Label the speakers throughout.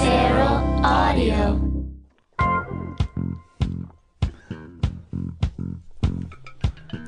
Speaker 1: Feral Audio.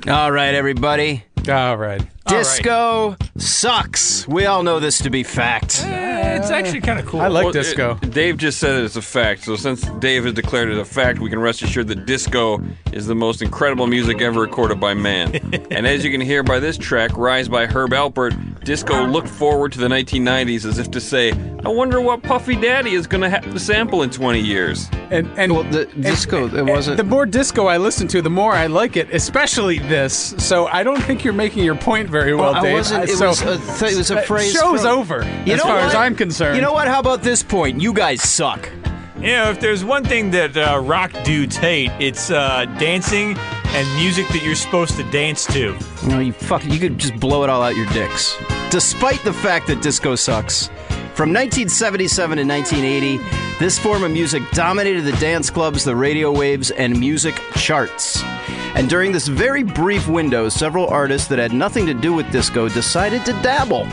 Speaker 2: All right, everybody.
Speaker 3: All Ah, right.
Speaker 2: Disco sucks. We all know this to be fact.
Speaker 3: it's actually kind of cool. I
Speaker 4: Well,
Speaker 3: like
Speaker 4: it-
Speaker 3: disco.
Speaker 4: Dave just said it's a fact. So since Dave has declared it a fact, we can rest assured that disco is the most incredible music ever recorded by man. and as you can hear by this track, Rise by Herb Alpert, disco looked forward to the 1990s as if to say, I wonder what Puffy Daddy is going to have to sample in 20 years.
Speaker 3: and and
Speaker 2: Well, the disco, it wasn't.
Speaker 3: the more disco I listen to, the more I like it, especially this. So I don't think you're making your point very well,
Speaker 2: I
Speaker 3: Dave.
Speaker 2: wasn't. It
Speaker 3: so,
Speaker 2: was a, th- it was a
Speaker 3: uh,
Speaker 2: phrase.
Speaker 3: Show's
Speaker 2: from-
Speaker 3: over.
Speaker 2: You
Speaker 3: as
Speaker 2: know
Speaker 3: far
Speaker 2: what?
Speaker 3: as I'm concerned.
Speaker 2: You know what? How about this point? You guys suck.
Speaker 5: You know, if there's one thing that uh, rock dudes hate, it's uh, dancing and music that you're supposed to dance to.
Speaker 2: No, you fuck. You could just blow it all out your dicks. Despite the fact that disco sucks, from 1977 to 1980, this form of music dominated the dance clubs, the radio waves, and music charts. And during this very brief window, several artists that had nothing to do with disco decided to dabble.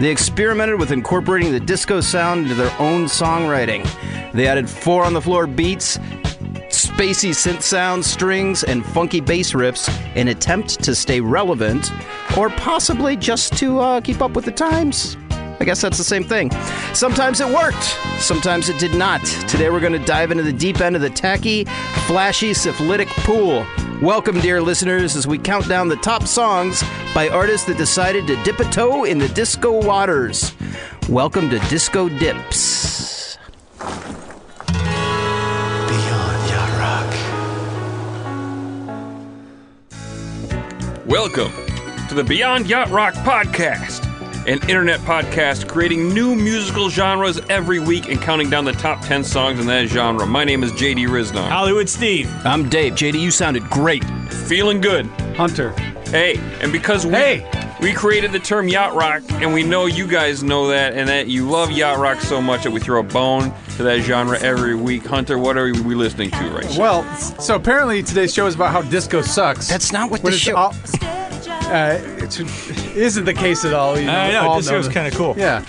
Speaker 2: They experimented with incorporating the disco sound into their own songwriting. They added four on the floor beats, spacey synth sounds, strings, and funky bass riffs in attempt to stay relevant, or possibly just to uh, keep up with the times. I guess that's the same thing. Sometimes it worked, sometimes it did not. Today we're going to dive into the deep end of the tacky, flashy, syphilitic pool. Welcome, dear listeners, as we count down the top songs by artists that decided to dip a toe in the disco waters. Welcome to Disco Dips.
Speaker 4: Welcome to the Beyond Yacht Rock Podcast, an internet podcast creating new musical genres every week and counting down the top 10 songs in that genre. My name is JD Riznar.
Speaker 5: Hollywood Steve.
Speaker 2: I'm Dave. JD, you sounded great.
Speaker 4: Feeling good.
Speaker 3: Hunter.
Speaker 4: Hey, and because we
Speaker 3: Hey.
Speaker 4: we created the term yacht rock, and we know you guys know that, and that you love yacht rock so much that we throw a bone to that genre every week. Hunter, what are we listening to right now?
Speaker 3: Well, so apparently today's show is about how disco sucks.
Speaker 2: That's not what
Speaker 3: When
Speaker 2: the
Speaker 3: it's
Speaker 2: show-
Speaker 3: all- uh, it isn't the case at all. You
Speaker 5: I know,
Speaker 3: all
Speaker 5: disco's
Speaker 3: that.
Speaker 5: kinda cool.
Speaker 3: Yeah.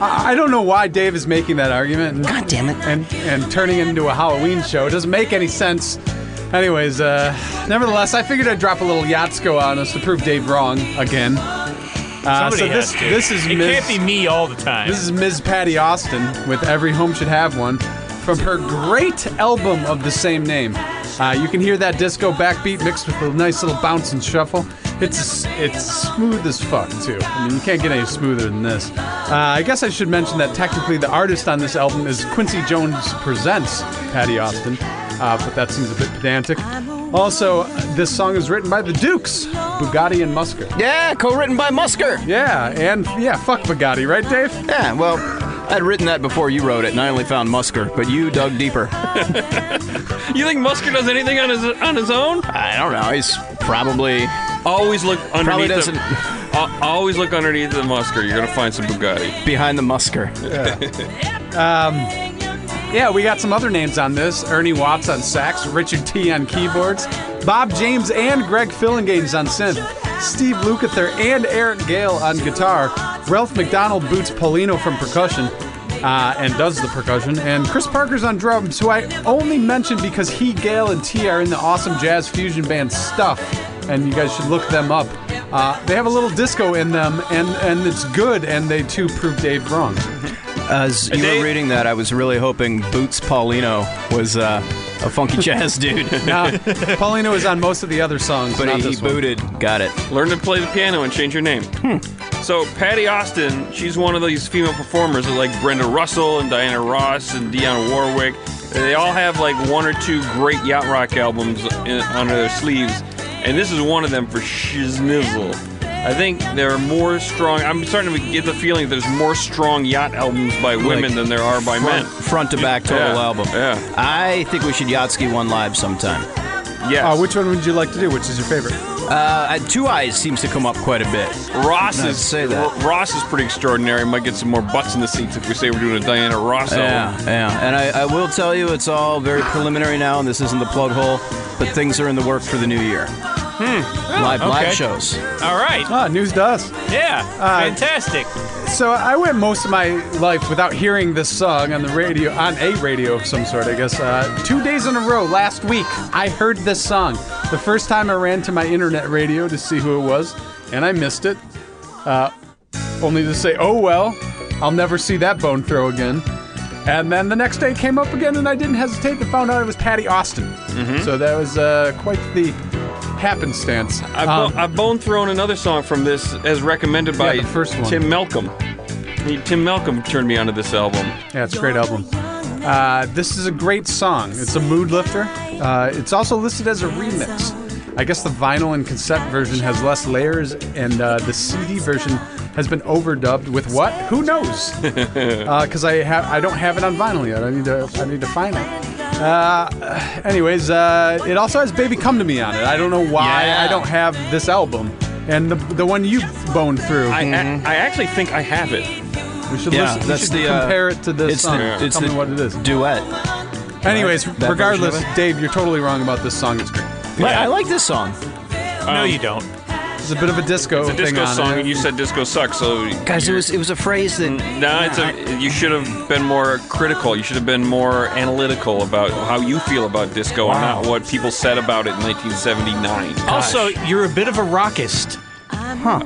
Speaker 3: I, I don't know why Dave is making that argument. And,
Speaker 2: God damn it.
Speaker 3: And, and turning it into a Halloween show. It doesn't make any sense. Anyways, uh, nevertheless, I figured I'd drop a little Yatsko on us to prove Dave wrong again. Uh,
Speaker 5: Somebody
Speaker 3: so
Speaker 5: has
Speaker 3: this
Speaker 5: to.
Speaker 3: this is
Speaker 5: it
Speaker 3: Ms.
Speaker 5: can't be me all the time.
Speaker 3: This is Ms. Patty Austin with Every Home Should Have One from her great album of the same name. Uh, you can hear that disco backbeat mixed with a nice little bounce and shuffle. It's it's smooth as fuck too. I mean, you can't get any smoother than this. Uh, I guess I should mention that technically the artist on this album is Quincy Jones presents Patty Austin, uh, but that seems a bit pedantic. Also, this song is written by the Dukes, Bugatti and Musker.
Speaker 2: Yeah, co-written by Musker.
Speaker 3: Yeah, and yeah, fuck Bugatti, right, Dave?
Speaker 2: Yeah, well, I'd written that before you wrote it, and I only found Musker, but you dug deeper.
Speaker 4: You think Musker does anything on his on his own?
Speaker 2: I don't know. He's probably
Speaker 4: Always look underneath.
Speaker 2: Probably
Speaker 4: the-
Speaker 2: doesn't-
Speaker 4: al- always look underneath the Musker. You're gonna find some Bugatti.
Speaker 2: behind the Musker.
Speaker 3: Yeah, we got some other names on this. Ernie Watts on sax, Richard T on keyboards, Bob James and Greg Fillingames on synth, Steve Lukather and Eric Gale on guitar, Ralph McDonald boots Paulino from percussion uh, and does the percussion, and Chris Parker's on drums, who I only mentioned because he, Gale, and T are in the awesome jazz fusion band Stuff, and you guys should look them up. Uh, they have a little disco in them, and, and it's good, and they too prove Dave wrong.
Speaker 2: As you
Speaker 4: Dave-
Speaker 2: were reading that, I was really hoping Boots Paulino was uh, a funky jazz dude,
Speaker 3: Uh, Paulino is on most of the other songs,
Speaker 2: but
Speaker 3: not
Speaker 2: he, he
Speaker 3: this one.
Speaker 2: booted. Got it.
Speaker 4: Learn to play the piano and change your name.
Speaker 2: Hmm.
Speaker 4: So Patty Austin, she's one of these female performers that like Brenda Russell and Diana Ross and Dionne Warwick. They all have like one or two great yacht rock albums in, under their sleeves, and this is one of them for Shiznizzle. I think there are more strong. I'm starting to get the feeling there's more strong yacht albums by women
Speaker 2: Like,
Speaker 4: than there are by
Speaker 2: Front,
Speaker 4: men.
Speaker 2: front to back total
Speaker 4: Yeah,
Speaker 2: album.
Speaker 4: yeah.
Speaker 2: I think we should Yatsky one live sometime.
Speaker 4: Yes.
Speaker 3: Uh, which one would you like to do? Which is your favorite?
Speaker 2: Uh, Two Eyes seems to come up quite a bit.
Speaker 4: Ross
Speaker 2: I'd
Speaker 4: is
Speaker 2: say that.
Speaker 4: R- Ross is pretty extraordinary. Might get some more butts in the seats if we say we're doing a Diana Ross album.
Speaker 2: Yeah, yeah. And I, I will tell you, it's all very preliminary now, and this isn't the plug hole, but things are in the work for the new year. live
Speaker 5: okay.
Speaker 2: live shows.
Speaker 5: All right.
Speaker 3: Ah, news to us.
Speaker 5: Yeah. Fantastic.
Speaker 3: So I went most of my life without hearing this song on the radio, on a radio of some sort, I guess. Uh, two days in a row, last week, I heard this song. The first time I ran to my internet radio to see who it was, and I missed it. Uh, only to say, oh well, I'll never see that bone throw again. And then the next day it came up again, and I didn't hesitate to found out it was Patty Austin. So that was uh, quite the happenstance.
Speaker 4: I've,
Speaker 3: Um,
Speaker 4: bo- I've bone thrown another song from this as recommended by
Speaker 3: the first one.
Speaker 4: Tim Malcolm. He- Tim Malcolm turned me onto this album.
Speaker 3: Yeah, it's a great album. Uh, this is a great song. It's a mood lifter. Uh, it's also listed as a remix. I guess the vinyl and cassette version has less layers, and uh, the CD version has been overdubbed with what? Who knows? Because I have I don't have it on vinyl yet. I need to I need to find it. Uh, anyways, uh, it also has "Baby Come to Me" on it. I don't know why
Speaker 5: Yeah.
Speaker 3: I don't have this album. And the, the one you boned through,
Speaker 4: I, a- I actually think I have it.
Speaker 3: we should
Speaker 2: Yeah,
Speaker 3: listen. we
Speaker 2: that's
Speaker 3: should
Speaker 2: the uh,
Speaker 3: compare it to this
Speaker 2: it's
Speaker 3: song.
Speaker 2: The, it's
Speaker 3: Tell
Speaker 2: the
Speaker 3: me what it is.
Speaker 2: duet.
Speaker 3: Anyways,
Speaker 2: That version of
Speaker 3: regardless,
Speaker 2: it?
Speaker 3: Dave, you're totally wrong about this song. It's great.
Speaker 2: But
Speaker 5: Yeah.
Speaker 2: I like this song.
Speaker 5: no, you don't.
Speaker 3: There's a bit of a disco
Speaker 4: It's a
Speaker 3: thing
Speaker 4: disco
Speaker 3: on
Speaker 4: song,
Speaker 3: it.
Speaker 4: and you said disco sucks, so
Speaker 2: Guys, it was it was a phrase that
Speaker 4: Nah, it's a, you should have been more critical. You should have been more analytical about how you feel about disco and not what people said about it in 1979.
Speaker 5: Also, you're a bit of a rockist.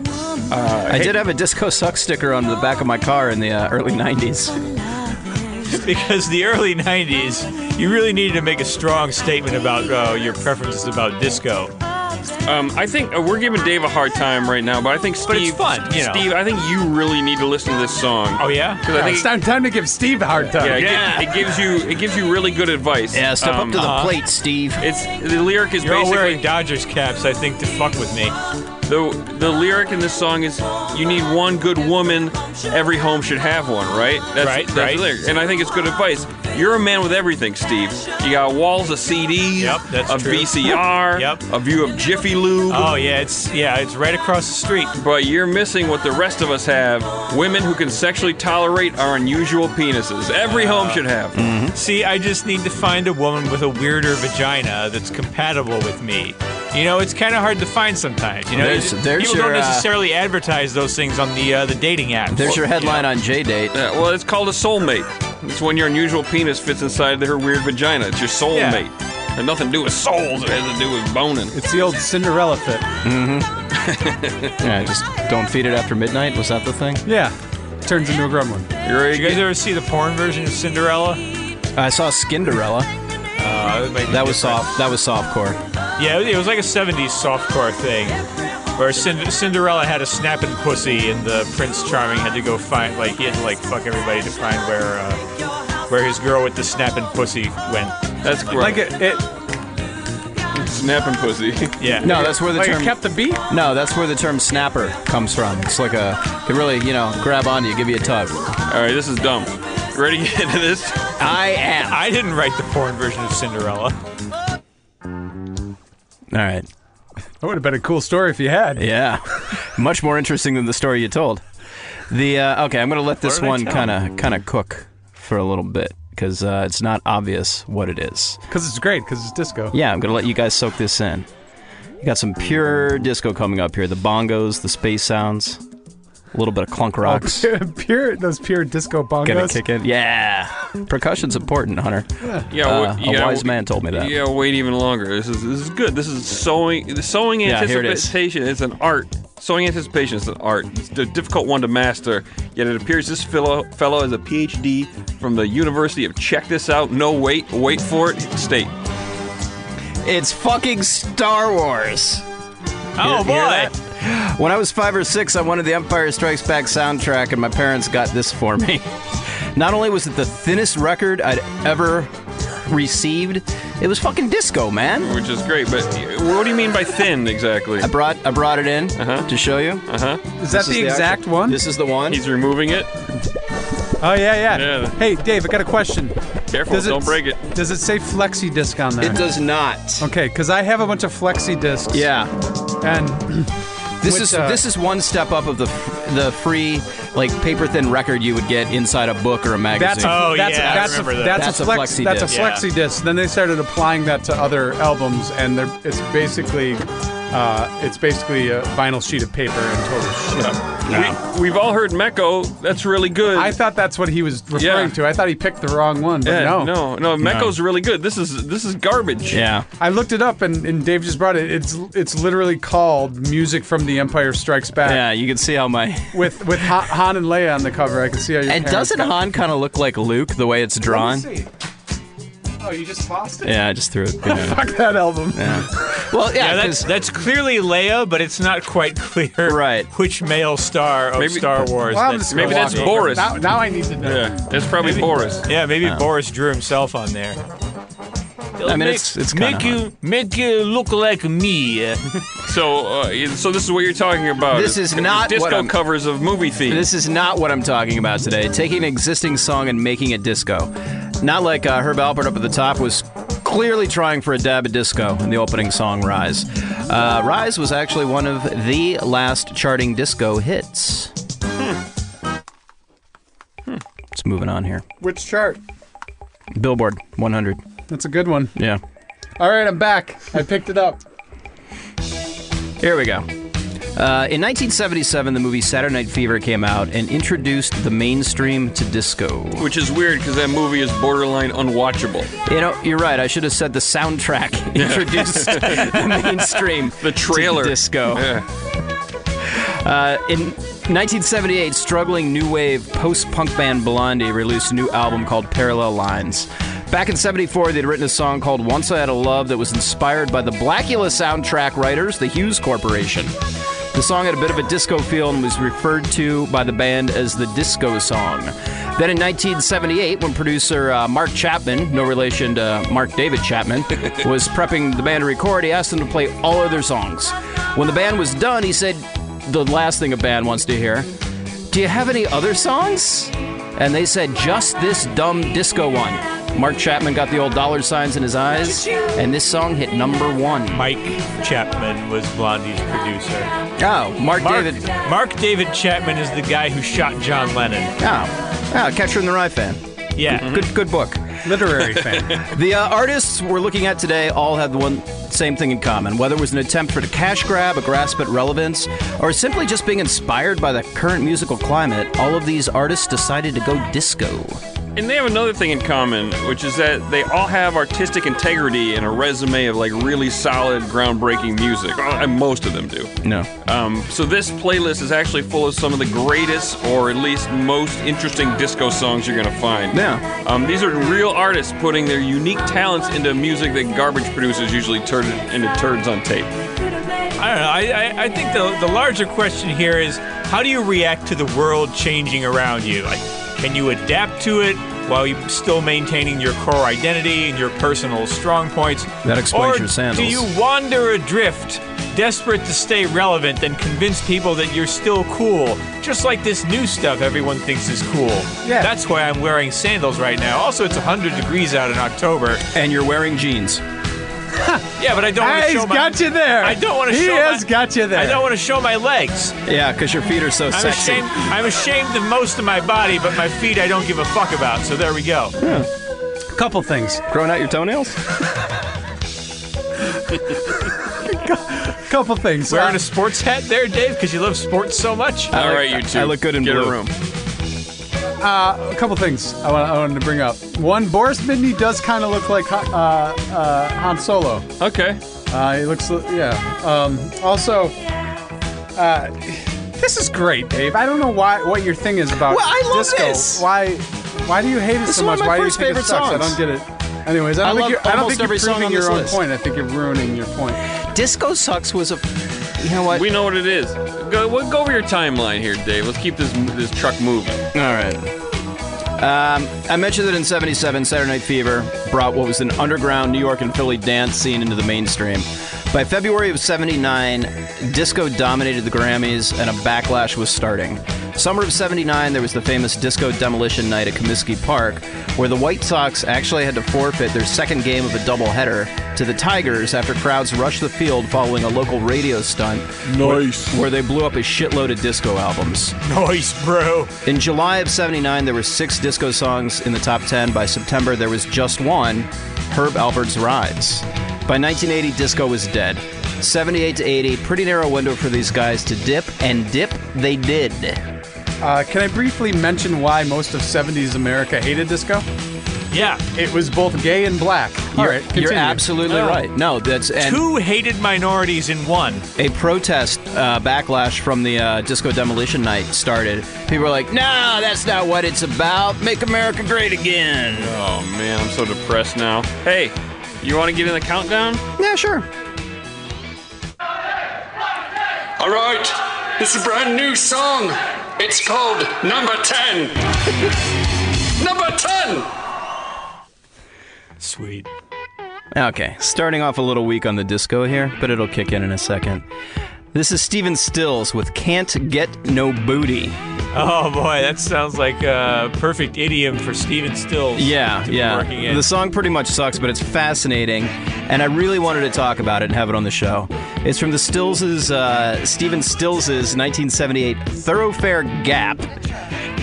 Speaker 2: I did have a disco suck sticker on the back of my car in the uh, early '90s.
Speaker 5: because the early 90s you really needed to make a strong statement about uh, your preferences about disco
Speaker 4: Um, I think uh, we're giving Dave a hard time right now, but I think Steve,
Speaker 5: But it's fun, you know.
Speaker 4: Steve, I think you really need to listen to this song.
Speaker 5: oh yeah
Speaker 4: 'Cause I think
Speaker 3: It's time, time to give Steve a hard time.
Speaker 4: yeah, it,
Speaker 5: Yeah.
Speaker 4: gi- it gives you it gives you really good advice.
Speaker 2: Yeah, step
Speaker 4: Um,
Speaker 2: up to the
Speaker 5: uh-huh.
Speaker 2: plate, Steve.
Speaker 4: It's the lyric is
Speaker 5: you're all
Speaker 4: basically
Speaker 5: wearing dodgers caps i think to fuck with me
Speaker 4: the the lyric in this song is you need one good woman, every home should have one, right? That's,
Speaker 5: Right,
Speaker 4: that's
Speaker 5: right.
Speaker 4: The lyric. And I think it's good advice. You're a man with everything, Steve. You got walls of CDs,
Speaker 5: Yep, that's
Speaker 4: a
Speaker 5: true.
Speaker 4: VCR,
Speaker 5: Yep.
Speaker 4: a view of Jiffy Lube.
Speaker 5: oh yeah it's yeah it's right across the street
Speaker 4: But you're missing what the rest of us have: women who can sexually tolerate our unusual penises. Every home should have.
Speaker 5: Mm-hmm. see i just need to find a woman with a weirder vagina that's compatible with me you know it's kind of hard to find sometimes you know
Speaker 2: There's-
Speaker 5: You-
Speaker 2: there's
Speaker 5: people
Speaker 2: your,
Speaker 5: don't
Speaker 2: uh,
Speaker 5: necessarily advertise those things on the uh, the dating apps
Speaker 2: There's your headline on J Date.
Speaker 4: Yeah, well, it's called a soulmate. It's when your unusual penis fits inside her weird vagina. It's your soulmate. It has nothing to do with souls. It has to do with boning.
Speaker 3: It's the old Cinderella fit.
Speaker 2: Yeah, just don't feed it after midnight. Was that the thing?
Speaker 3: Yeah. Turns into a gremlin.
Speaker 4: You're
Speaker 5: you guys ever see the porn version of cinderella
Speaker 2: I saw Skinderella.
Speaker 5: uh, it might be
Speaker 2: That was
Speaker 5: different.
Speaker 2: soft. That was softcore.
Speaker 5: Yeah, it was like a 70s softcore thing where Cin- Cinderella had a snapping pussy and the Prince Charming had to go find, like, he had to, like, fuck everybody to find where uh, where his girl with the snapping pussy went.
Speaker 4: That's gross.
Speaker 3: Like it, it,
Speaker 4: snapping pussy.
Speaker 5: Yeah.
Speaker 2: No, that's
Speaker 4: Oh,
Speaker 2: where the
Speaker 3: like it
Speaker 2: term.
Speaker 3: kept the beat.
Speaker 2: no, that's where the term snapper comes from. It's like a can really you know grab onto you, give you a tug.
Speaker 4: All right, this is dumb. Ready to get into this?
Speaker 2: I am.
Speaker 5: I didn't write the porn version of Cinderella.
Speaker 2: All right.
Speaker 3: That would have been a cool story if you had.
Speaker 2: Yeah, much more interesting than the story you told. The uh, okay, I'm going to let this
Speaker 5: did I
Speaker 2: one
Speaker 5: tell?
Speaker 2: kind of kind of cook for a little bit because uh, it's not obvious what it is.
Speaker 3: Because it's great, because it's disco.
Speaker 2: Yeah, I'm going to let you guys soak this in. You got some pure disco coming up here. The bongos, the space sounds, a little bit of clunk
Speaker 3: Oh,
Speaker 2: rocks.
Speaker 3: pure, pure- those pure disco bongos.
Speaker 2: Gonna kick in. Yeah, percussion's important, Hunter.
Speaker 4: Yeah,
Speaker 2: Uh,
Speaker 4: wait-
Speaker 2: a
Speaker 4: yeah,
Speaker 2: wise
Speaker 4: wait-
Speaker 2: man told me that.
Speaker 4: Yeah, wait even longer. This is this is good. This is sewing the sewing
Speaker 2: Yeah, here it is.
Speaker 4: anticipation. It's an art. Sewing anticipation is an art. It's a difficult one to master. Yet it appears this fellow fellow is a PhD from the University of Check this out. No wait, wait for it. State.
Speaker 2: It's fucking Star Wars.
Speaker 5: Oh,
Speaker 2: hear
Speaker 5: boy.
Speaker 2: When I was five or six, I wanted the Empire Strikes Back soundtrack, and my parents got this for me. Not only was it the thinnest record I'd ever received, it was fucking disco, man.
Speaker 4: Which is great, but what do you mean by thin exactly?
Speaker 2: I brought I brought it in to show you.
Speaker 4: Uh huh.
Speaker 3: Is that
Speaker 2: This
Speaker 3: the
Speaker 2: is
Speaker 3: exact
Speaker 2: actual-
Speaker 3: one?
Speaker 2: This is the one.
Speaker 4: He's removing it.
Speaker 3: oh, yeah, yeah,
Speaker 4: Yeah.
Speaker 3: Hey, Dave, I got a question.
Speaker 4: Careful, don't break it.
Speaker 3: Does it say flexi disc on there?
Speaker 2: It does not.
Speaker 3: Okay, because I have a bunch of flexi discs.
Speaker 2: Yeah.
Speaker 3: And
Speaker 2: This
Speaker 3: Which,
Speaker 2: is
Speaker 3: uh,
Speaker 2: this is one step up of the f- the free like paper thin record you would get inside a book or a magazine.
Speaker 3: That's
Speaker 5: Oh,
Speaker 3: that's,
Speaker 5: yeah, I
Speaker 3: that's, a,
Speaker 5: remember that.
Speaker 3: that's, a flex,
Speaker 2: flexi
Speaker 3: that's
Speaker 2: disc.
Speaker 3: a flexi disc. Then they started applying that to other albums, and they're, it's basically Uh, it's basically a vinyl sheet of paper and total shit.
Speaker 4: We, we've all heard Mecco. That's really good.
Speaker 3: I thought that's what he was referring
Speaker 4: Yeah.
Speaker 3: to. I thought he picked the wrong one, but
Speaker 4: yeah,
Speaker 3: no.
Speaker 4: no, no, Mecco's really good. This is this is garbage.
Speaker 2: Yeah.
Speaker 3: I looked it up, and, and Dave just brought it. It's it's literally called "Music from the Empire Strikes Back"
Speaker 2: Yeah, you can see how my.
Speaker 3: with with Han, Han and Leia on the cover. I can see how. Your
Speaker 2: And
Speaker 3: parents
Speaker 2: doesn't
Speaker 3: got-
Speaker 2: Han kind of look like Luke the way it's drawn?
Speaker 3: Let me see. Oh, you just lost it.
Speaker 2: Yeah, I just threw it.
Speaker 3: Fuck that album.
Speaker 2: Well, yeah,
Speaker 5: Yeah, that's
Speaker 2: 'cause-
Speaker 5: that's clearly Leia, but it's not quite clear
Speaker 2: Right.
Speaker 5: which male star of
Speaker 4: Maybe-
Speaker 5: Star Wars.
Speaker 3: Well, I'm
Speaker 5: that's
Speaker 3: just
Speaker 4: maybe
Speaker 3: gonna
Speaker 4: that's
Speaker 3: walk over.
Speaker 5: nominated.
Speaker 4: Boris.
Speaker 3: Now, now I need to know.
Speaker 4: Yeah, that's probably Boris.
Speaker 5: Yeah, maybe Boris drew himself on there.
Speaker 2: I mean, it's- it's kinda
Speaker 5: make you make you look like me.
Speaker 4: So, uh, so this is what you're talking about.
Speaker 2: This is not
Speaker 4: disco
Speaker 2: what I'm-
Speaker 4: covers of movie themes.
Speaker 2: This is not what I'm talking about today. Taking an existing song and making it disco. Not like uh, Herb Alpert up at the top was clearly trying for a dab of disco in the opening song Rise. Uh, Rise was actually one of the last charting disco hits. It's moving on here.
Speaker 3: Which chart?
Speaker 2: Billboard 100.
Speaker 3: That's a good one.
Speaker 2: Yeah.
Speaker 3: All right, I'm back. I picked it up.
Speaker 2: Here we go. Uh, in 1977, the movie Saturday Night Fever came out and introduced the mainstream to disco.
Speaker 4: which is weird because that movie is borderline unwatchable.
Speaker 2: You know, you're right. I should have said the soundtrack introduced the mainstream.
Speaker 4: The trailer.
Speaker 2: to disco.
Speaker 4: Yeah.
Speaker 2: Uh, in 1978, struggling new wave post-punk band Blondie released a new album called Parallel Lines. Back in 74, they'd written a song called Once I Had a Love that was inspired by the Blackula soundtrack writers, the Hughes Corporation. The song had a bit of a disco feel and was referred to by the band as the disco song. Then in 1978, when producer uh, Mark Chapman, no relation to Mark David Chapman, was prepping the band to record, he asked them to play all of their songs. When the band was done, he said, The last thing a band wants to hear, Do you have any other songs? And they said, Just this dumb disco one. Mark Chapman got the old dollar signs in his eyes, and this song hit number one.
Speaker 5: Mike Chapman was Blondie's producer.
Speaker 2: Oh, Mark,
Speaker 5: Mark
Speaker 2: David.
Speaker 5: Mark David Chapman is the guy who shot John Lennon.
Speaker 2: Oh, oh Catcher in the Rye fan.
Speaker 5: Yeah.
Speaker 2: Good, good book.
Speaker 3: Literary fan.
Speaker 2: The uh, artists we're looking at today all had the one same thing in common. Whether it was an attempt for a cash grab, a grasp at relevance, or simply just being inspired by the current musical climate, all of these artists decided to go disco.
Speaker 4: And they have another thing in common, which is that they all have artistic integrity and a resume of like really solid, groundbreaking music. Uh, and Most of them do.
Speaker 2: No.
Speaker 4: Um, so this playlist is actually full of some of the greatest, or at least most interesting disco songs you're gonna find.
Speaker 2: Yeah.
Speaker 4: Um, these are real artists putting their unique talents into music that garbage producers usually turn into turds on tape.
Speaker 5: I don't know. I, I, I think the, the larger question here is how do you react to the world changing around you? Like, can you adapt to it while you still maintaining your core identity and your personal strong points?
Speaker 2: That explains
Speaker 5: or
Speaker 2: your sandals.
Speaker 5: Do you wander adrift, desperate to stay relevant and convince people that you're still cool, just like this new stuff everyone thinks is cool?
Speaker 3: Yeah.
Speaker 5: That's why I'm wearing sandals right now. Also, it's 100 degrees out in October.
Speaker 2: And you're wearing jeans.
Speaker 5: Yeah, but I don't
Speaker 2: Ah,
Speaker 5: want to
Speaker 3: hey,
Speaker 5: show
Speaker 3: Ah, he's
Speaker 5: my
Speaker 3: got you there.
Speaker 5: I don't want to
Speaker 3: He
Speaker 5: show
Speaker 3: has
Speaker 5: my,
Speaker 3: got you there.
Speaker 5: I don't want to show my legs.
Speaker 2: Yeah, because your feet are so
Speaker 5: I'm
Speaker 2: sexy.
Speaker 5: ashamed. I'm ashamed of most of my body, but my feet I don't give a fuck about. So there we go.
Speaker 3: a couple things.
Speaker 2: Growing out your toenails?
Speaker 3: Couple things.
Speaker 5: Wearing
Speaker 3: Uh,
Speaker 5: a sports hat there, Dave, because you love sports so much.
Speaker 4: All
Speaker 2: like-
Speaker 4: right, you two.
Speaker 2: I look good in
Speaker 4: Get
Speaker 2: blue.
Speaker 4: a room.
Speaker 3: a couple things I, want, I wanted to bring up. One, Boris Midney does kind of look like Han- uh, uh, Han Solo.
Speaker 4: Okay.
Speaker 3: Uh, he looks, li- yeah. Um, also, uh, this is great, Dave. I don't know why what your thing is about
Speaker 2: Well, I love
Speaker 3: disco.
Speaker 2: this.
Speaker 3: Why, why do you hate it
Speaker 2: This
Speaker 3: so
Speaker 2: is one
Speaker 3: much?
Speaker 2: of my
Speaker 3: why
Speaker 2: first
Speaker 3: do you think
Speaker 2: favorite
Speaker 3: it sucks?
Speaker 2: songs.
Speaker 3: I don't get it. Anyways, I
Speaker 2: I
Speaker 3: don't
Speaker 2: love
Speaker 3: think you're, I don't
Speaker 2: almost
Speaker 3: think you're
Speaker 2: every song
Speaker 3: proving
Speaker 2: on
Speaker 3: your
Speaker 2: this
Speaker 3: own
Speaker 2: list.
Speaker 3: point. I think you're ruining your point.
Speaker 2: Disco Sucks was a. You know what?
Speaker 4: We know what it is. Go, well, go over your timeline here, Dave. Let's keep this this truck moving.
Speaker 2: All right. Um, I mentioned that in 77, Saturday Night Fever brought what was an underground New York and Philly dance scene into the mainstream. By February of 79, disco dominated the Grammys and a backlash was starting. Summer of 79, there was the famous Disco Demolition Night at Comiskey Park, where the White Sox actually had to forfeit their second game of a doubleheader to the Tigers after crowds rushed the field following a local radio stunt
Speaker 5: Nice.
Speaker 2: where they blew up a shitload of disco albums.
Speaker 5: Nice, bro.
Speaker 2: In July of 79, there were six disco songs in the top 10. By September, there was just one, Herb Alpert's Rides. By 1980, disco was dead. 78 to 80. Pretty narrow window for these guys to dip, and dip they did.
Speaker 3: Uh, can I briefly mention why most of 70s America hated disco?
Speaker 5: Yeah.
Speaker 3: It was both gay and black. All right,
Speaker 2: You're
Speaker 3: continue.
Speaker 2: absolutely
Speaker 5: No.
Speaker 2: right. No, that's and
Speaker 5: Two hated minorities in one.
Speaker 2: a protest uh, backlash from the uh, disco demolition night started. People were like, "No, that's not what it's about. Make America great again."
Speaker 4: Oh man, I'm so depressed now. Hey, you want to get in the countdown?
Speaker 2: Yeah, sure.
Speaker 6: All right, this is a brand new song. It's called Number 10. Number 10!
Speaker 5: Sweet.
Speaker 2: Okay, starting off a little weak on the disco here, but it'll kick in in a second. This is Steven Stills with "Can't Get No Booty."
Speaker 5: Oh boy, that sounds like a perfect idiom for Steven Stills.
Speaker 2: Yeah,
Speaker 5: to be
Speaker 2: yeah.
Speaker 5: Working in.
Speaker 2: The song pretty much sucks, but it's fascinating, and I really wanted to talk about it and have it on the show. It's from the Stills' uh, Stephen Stills' 1978 Thoroughfare Gap,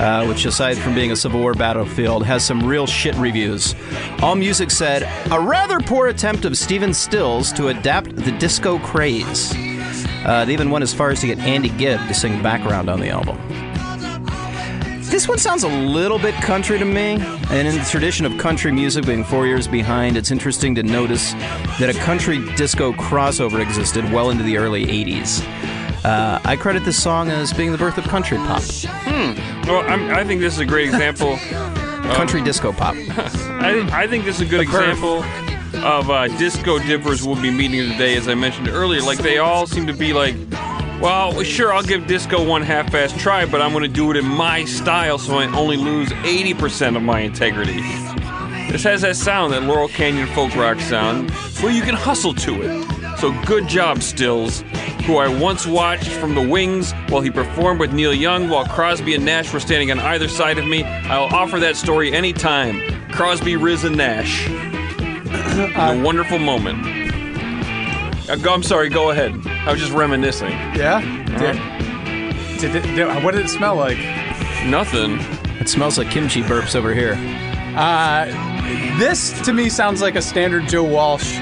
Speaker 2: uh, which, aside from being a Civil War battlefield, has some real shit reviews. All Music said a rather poor attempt of Stephen Stills to adapt the disco craze. Uh, they even went as far as to get Andy Gibb to sing background on the album. This one sounds a little bit country to me, and in the tradition of country music being four years behind, it's interesting to notice that a country disco crossover existed well into the early 80s. Uh, I credit this song as being the birth of country pop,
Speaker 5: Oh.
Speaker 4: Well, I'm, I think this is a great example.
Speaker 2: country disco pop.
Speaker 4: I, thi- I think this is a good example of uh, disco dippers we'll be meeting today, as I mentioned earlier. Like they all seem to be like, well, sure, I'll give disco one half-assed try, but I'm going to do it in my style, so I only lose 80% of my integrity. This has that sound, that Laurel Canyon folk rock sound, where you can hustle to it. So good job, Stills, who I once watched from the wings while he performed with Neil Young while Crosby and Nash were standing on either side of me. I'll offer that story anytime. Crosby, Riz, and Nash. a wonderful moment. Uh, go- I'm sorry, go ahead. I was just reminiscing.
Speaker 3: Yeah? Did, did it, did- what did it smell like?
Speaker 4: Nothing.
Speaker 2: It smells like kimchi burps over here.
Speaker 3: This, to me, sounds like a standard Joe Walsh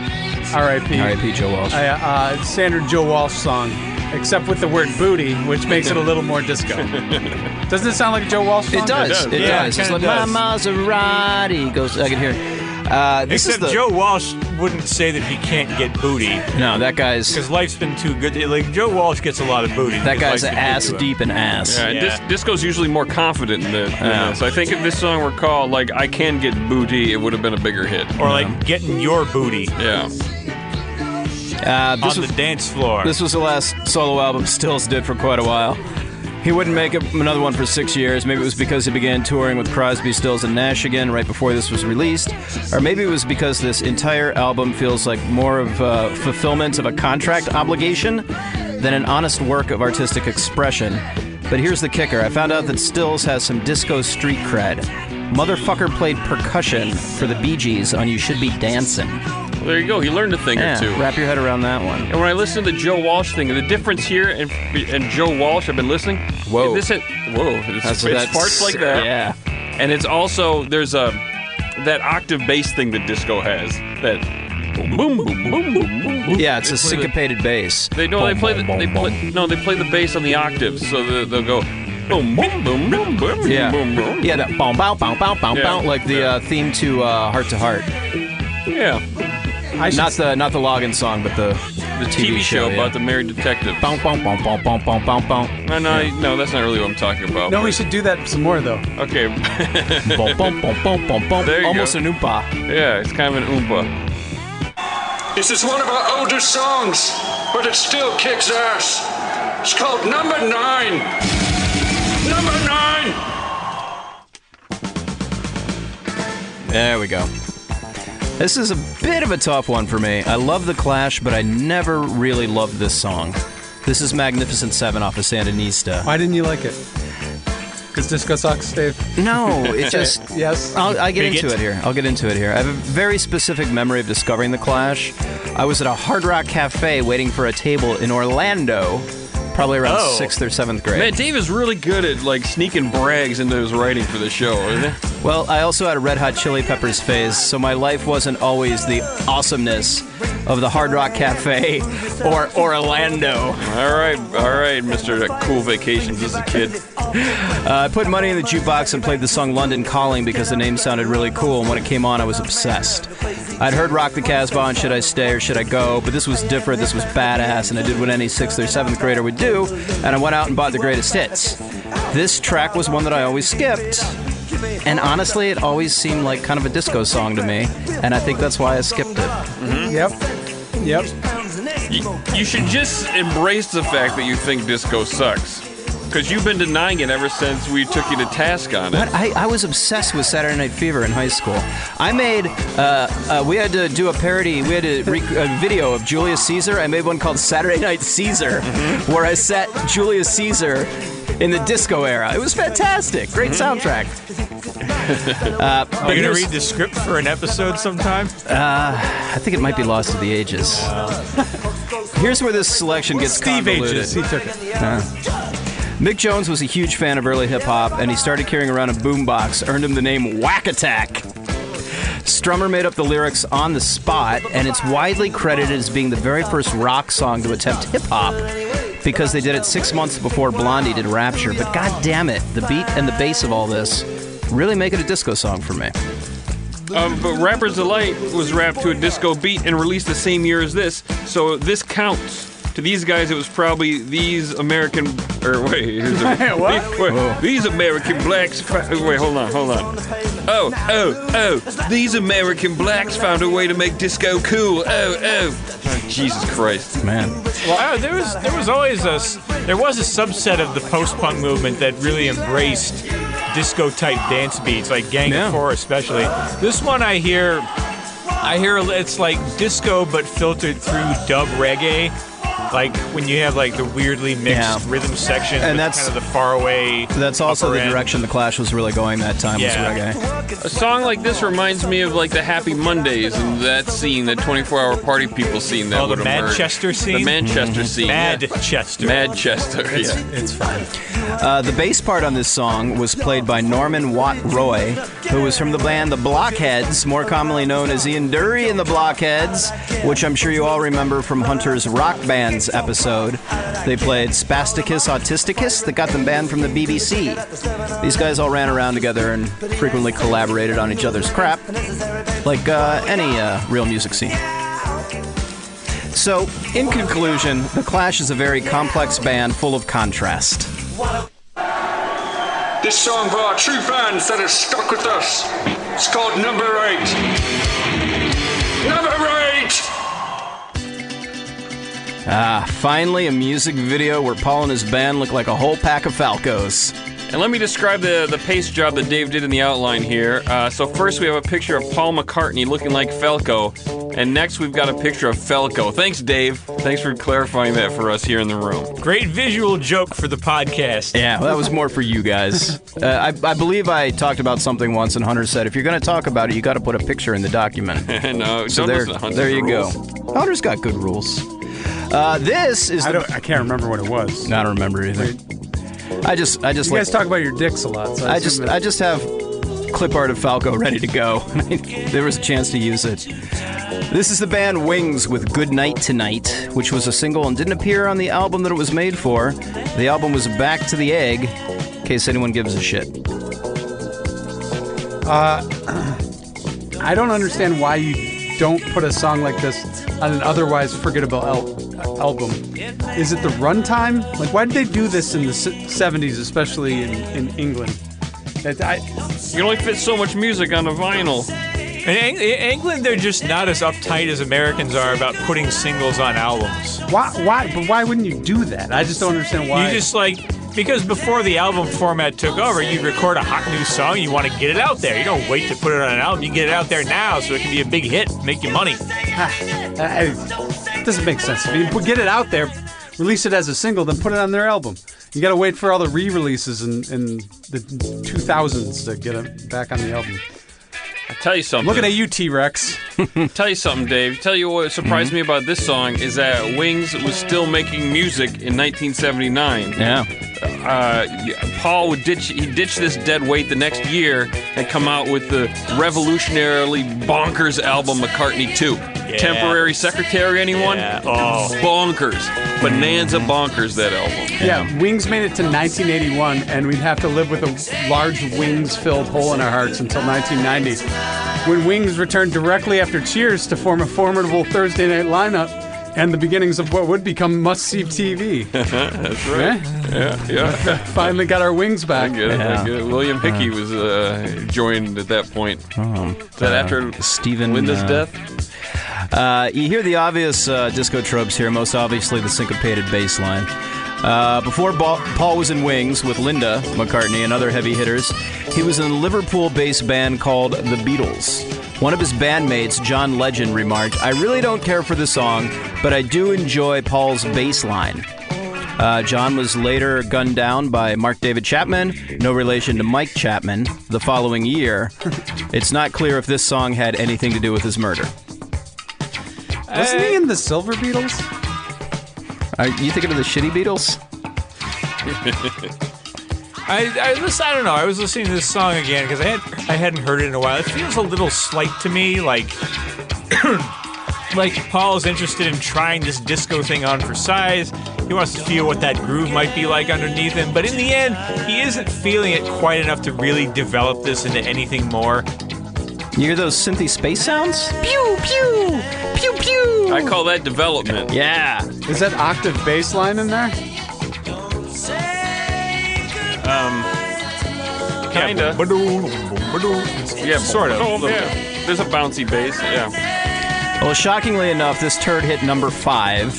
Speaker 3: R.I.P.
Speaker 2: R.I.P. Joe Walsh.
Speaker 3: I, uh, standard Joe Walsh song, except with the word booty, which makes it a little more disco. Doesn't it sound like a Joe Walsh song?
Speaker 2: It does. It does.
Speaker 5: Yeah, it
Speaker 2: It's
Speaker 5: kinda
Speaker 2: like
Speaker 5: does.
Speaker 2: my Maserati goes. I can hear. it. Uh, this
Speaker 5: Except
Speaker 2: is the,
Speaker 5: Joe Walsh wouldn't say that he can't get booty
Speaker 2: No, that guy's
Speaker 5: because life's been too good. Like Joe Walsh gets a lot of booty.
Speaker 2: that
Speaker 5: because
Speaker 2: guy's
Speaker 5: life's been good
Speaker 2: ass
Speaker 5: to him.
Speaker 2: deep in ass.
Speaker 4: Yeah,
Speaker 5: Yeah.
Speaker 4: Uh, Dis- disco's usually more confident in this. than
Speaker 2: Yeah.
Speaker 4: this. I think if this song were called, like, I Can Get Booty, it would have been a bigger hit.
Speaker 5: Or like getting your booty
Speaker 4: Yeah.
Speaker 2: Uh, this
Speaker 5: on
Speaker 2: was-
Speaker 5: the dance floor.
Speaker 2: This was the last solo album Stills did for quite a while. He wouldn't make up another one for six years. Maybe it was because he began touring with Crosby, Stills, and Nash again right before this was released, or maybe it was because this entire album feels like more of a fulfillment of a contract obligation than an honest work of artistic expression. But here's the kicker: I found out that Stills has some disco street cred. Motherfucker played percussion for the Bee Gees on "You Should Be Dancing."
Speaker 4: There you go. He learned a thing or two.
Speaker 2: Yeah, wrap your head around that one.
Speaker 4: And when I listen to the Joe Walsh thing, the difference here and and Joe Walsh, I've been listening.
Speaker 2: Whoa.
Speaker 4: This hit, whoa. It's, it's parts like that.
Speaker 2: Yeah.
Speaker 4: And it's also there's a that octave bass thing that disco has. That boom boom boom boom boom. boom.
Speaker 2: Yeah, it's a
Speaker 4: They play the-
Speaker 2: syncopated bass.
Speaker 4: They no, they play the, they play, no, they play the bass on the octaves, so they, they'll go boom boom boom boom boom
Speaker 2: Yeah,
Speaker 4: boom boom.
Speaker 2: yeah, that bow bow bow bow bow
Speaker 4: Yeah.
Speaker 2: bow, like the uh, theme to uh, Heart to Heart.
Speaker 4: yeah.
Speaker 3: I should
Speaker 2: Not the not the login song, but the
Speaker 4: The TV, show about the married detective.
Speaker 2: Bow bow bow bow bow bow bow bow
Speaker 4: No, no, no, that's not really what I'm talking about.
Speaker 3: No, we should do that some more, though.
Speaker 4: Okay,
Speaker 2: bow bow bow bow bow
Speaker 4: There
Speaker 2: bow.
Speaker 4: you
Speaker 2: Almost
Speaker 4: go.
Speaker 2: an oompa.
Speaker 4: yeah, it's kind of an oompa.
Speaker 6: This is one of our older songs, but it still kicks ass. It's called Number 9. Number 9!
Speaker 2: There we go. This is a bit of a tough one for me. I love the Clash, but I never really loved this song. This is Magnificent Seven off of Sandinista.
Speaker 3: Why didn't you like it? Because disco sucks, Dave.
Speaker 2: No, it just
Speaker 3: Yes.
Speaker 2: I'll, I'll get
Speaker 5: Bigot.
Speaker 2: into it here. I'll get into it here. I have a very specific memory of discovering The Clash. I was at a Hard Rock Cafe waiting for a table in Orlando, probably around
Speaker 5: Oh.
Speaker 2: sixth or seventh grade.
Speaker 4: Man, Dave is really good at like sneaking brags into his writing for the show, isn't he?
Speaker 2: Well, I also had a Red Hot Chili Peppers phase, so my life wasn't always the awesomeness of the Hard Rock Cafe or Orlando.
Speaker 4: All right, all right, Mister Cool Vacations as a kid.
Speaker 2: Uh, I put money in the jukebox and played the song London Calling because the name sounded really cool, and when it came on, I was obsessed. I'd heard Rock the Casbah and Should I Stay or Should I Go, but this was different, this was badass, and I did what any sixth or seventh grader would do, and I went out and bought the greatest hits. This track was one that I always skipped, and honestly, it always seemed like kind of a disco song to me, and I think that's why I skipped it.
Speaker 3: Yep.
Speaker 2: Um,
Speaker 3: Yep.
Speaker 4: You, you should just embrace the fact that you think disco sucks, because you've been denying it ever since we took you to task on it.
Speaker 2: But I, I was obsessed with Saturday Night Fever in high school. I made, uh, uh, we had to do a parody, we had a, rec- a video of Julius Caesar. I made one called Saturday Night Caesar, where I set Julius Caesar in the disco era. It was fantastic. Great soundtrack.
Speaker 5: Are you gonna
Speaker 2: here's-
Speaker 5: read the script for an episode sometime?
Speaker 2: I think it might be lost to the ages. Here's where this selection gets
Speaker 5: Steve
Speaker 2: convoluted.
Speaker 5: ages.
Speaker 3: He took it.
Speaker 2: Mick Jones was a huge fan of early hip hop, and he started carrying around a boombox, earned him the name Whack Attack. Strummer made up the lyrics on the spot, and it's widely credited as being the very first rock song to attempt hip hop because they did it six months before Blondie did Rapture. But god damn it, the beat and the bass of all this really make it a disco song for me.
Speaker 4: Um, but Rapper's Delight was rapped to a disco beat and released the same year as this, so this counts. To these guys, it was probably these American. Or wait, here's the-
Speaker 3: What?
Speaker 4: wait,
Speaker 5: Oh.
Speaker 4: these American blacks. fi- Wait, hold on, hold on. Oh, oh, oh! These American blacks found a way to make disco cool. Oh, oh! oh Jesus Christ!
Speaker 2: Man.
Speaker 5: Wow, there was there was always a s- there was a subset of the post punk movement that really embraced disco type dance beats, like Gang
Speaker 2: Yeah.
Speaker 5: of Four especially. This one I hear, I hear it's like disco but filtered through dub reggae. Like when you have like the weirdly mixed
Speaker 2: Yeah.
Speaker 5: rhythm section
Speaker 2: And
Speaker 5: and
Speaker 2: that's-
Speaker 5: that's kind of the faraway.
Speaker 2: That's also
Speaker 5: upper
Speaker 2: the
Speaker 5: end.
Speaker 2: direction the Clash was really going that time
Speaker 5: Yeah.
Speaker 2: was reggae.
Speaker 4: A song like this reminds me of like the Happy Mondays and that scene, the 24-hour party people scene that
Speaker 5: Oh, the
Speaker 4: would emerge.
Speaker 5: Manchester
Speaker 4: the
Speaker 5: scene? Mm-hmm.
Speaker 4: Manchester scene,
Speaker 5: Mad
Speaker 4: yeah.
Speaker 5: Chester.
Speaker 4: Manchester, yeah.
Speaker 3: It's fine.
Speaker 2: Uh, the bass part on this song was played by Norman Watt Roy, who was from the band The Blockheads, more commonly known as Ian Dury and the Blockheads, which I'm sure you all remember from Hunter's Rock Bands episode. They played Spasticus Autisticus that got them banned from the BBC. These guys all ran around together and frequently collaborated on each other's crap, like uh, any uh, real music scene. So, in conclusion, The Clash is a very complex band full of contrast.
Speaker 6: This song for our true fans that have stuck with us. It's called Number 8. Number 8!
Speaker 2: Finally, a music video where Paul and his band look like a whole pack of Falcos.
Speaker 4: And let me describe the, the paste job that Dave did in the outline here. Uh, so first we have a picture of Paul McCartney looking like Falco, and next we've got a picture of Falco. Thanks, Dave. Thanks for clarifying that for us here in the room.
Speaker 5: Great visual joke for the podcast.
Speaker 2: Yeah, well, that was more for you guys. Uh, I, I believe I talked about something once, and Hunter said, if you're going to talk about it, you got to put a picture in the document.
Speaker 4: no,
Speaker 2: So
Speaker 4: uh, don't
Speaker 2: there,
Speaker 4: listen to Hunter's
Speaker 2: there you
Speaker 4: rules.
Speaker 2: go. Hunter's got good rules. Uh, this is
Speaker 3: I
Speaker 2: the.
Speaker 3: don't. I can't remember what it was.
Speaker 2: I don't remember either. I just, I just
Speaker 3: You
Speaker 2: like.
Speaker 3: guys talk about your dicks a lot. So
Speaker 2: I just, I just have clip art of Falco ready to go. there was a chance to use it. This is the band Wings with Good Night Tonight, which was a single and didn't appear on the album that it was made for. The album was Back to the Egg, in case anyone gives a shit.
Speaker 3: I don't understand why you don't put a song like this on an otherwise forgettable el- album. Is it the runtime? Like, why did they do this in the s- 70s, especially in, in England? That I,
Speaker 4: You can only fit so much music on a vinyl.
Speaker 5: In, Eng- in England, they're just not as uptight as Americans are about putting singles on albums.
Speaker 3: why, why, but why wouldn't you do that? I just don't understand why.
Speaker 5: You just like because before the album format took over, you record a hot new song, you want to get it out there. You don't wait to put it on an album. You get it out there now, so it can be a big hit, make you money.
Speaker 3: Ah, I- I- doesn't make sense to me. But get it out there, release it as a single, then put it on their album. You gotta wait for all the re-releases in, in the 2000s to get it back on the album.
Speaker 4: I tell you something.
Speaker 3: Looking at you, T-Rex.
Speaker 4: Tell you something, Dave. Tell you what
Speaker 2: Mm-hmm.
Speaker 4: surprised me about this song is that Wings was still making music in 1979.
Speaker 2: Yeah.
Speaker 4: uh, Paul would ditch he ditched this dead weight the next year and come out with the revolutionarily bonkers album McCartney 2. Temporary Secretary, anyone?
Speaker 5: Yeah. Oh.
Speaker 4: Bonkers. Bonanza bonkers, that album.
Speaker 3: Yeah, Wings made it to 1981, and we'd have to live with a large Wings-filled hole in our hearts until 1990, when Wings returned directly after Cheers to form a formidable Thursday night lineup and the beginnings of what would become must-see TV.
Speaker 4: That's right. Yeah, yeah.
Speaker 3: Finally got our wings
Speaker 4: I
Speaker 3: back.
Speaker 4: get it. I get it. William Hickey was uh, joined at that point.
Speaker 5: Oh.
Speaker 4: Is that after
Speaker 2: Stephen,
Speaker 4: Linda's
Speaker 2: uh,
Speaker 4: death?
Speaker 2: Uh, you hear the obvious uh, disco tropes here, most obviously the syncopated bass line. Uh, before ba- Paul was in Wings with Linda McCartney and other heavy hitters, he was in a Liverpool based band called The Beatles. One of his bandmates, John Legend, remarked, I really don't care for the song, but I do enjoy Paul's bass line. Uh, John was later gunned down by Mark David Chapman, no relation to Mike Chapman, the following year. It's not clear if this song had anything to do with his murder.
Speaker 3: Wasn't he in the Silver Beatles?
Speaker 2: Are you thinking of the shitty Beatles?
Speaker 5: I, I listen, I don't know. I was listening to this song again because I had I hadn't heard it in a while. It feels a little slight to me, like like Paul's interested in trying this disco thing on for size. He wants to feel what that groove might be like underneath him, but in the end, he isn't feeling it quite enough to really develop this into anything more.
Speaker 2: You hear those synthy space sounds?
Speaker 4: I call that development.
Speaker 2: Yeah.
Speaker 3: Is that octave bass line in there?
Speaker 4: Kinda.
Speaker 5: Yeah, sort of.
Speaker 4: Oh, yeah. There's a bouncy bass. Yeah.
Speaker 2: Well, shockingly enough, this turd hit number five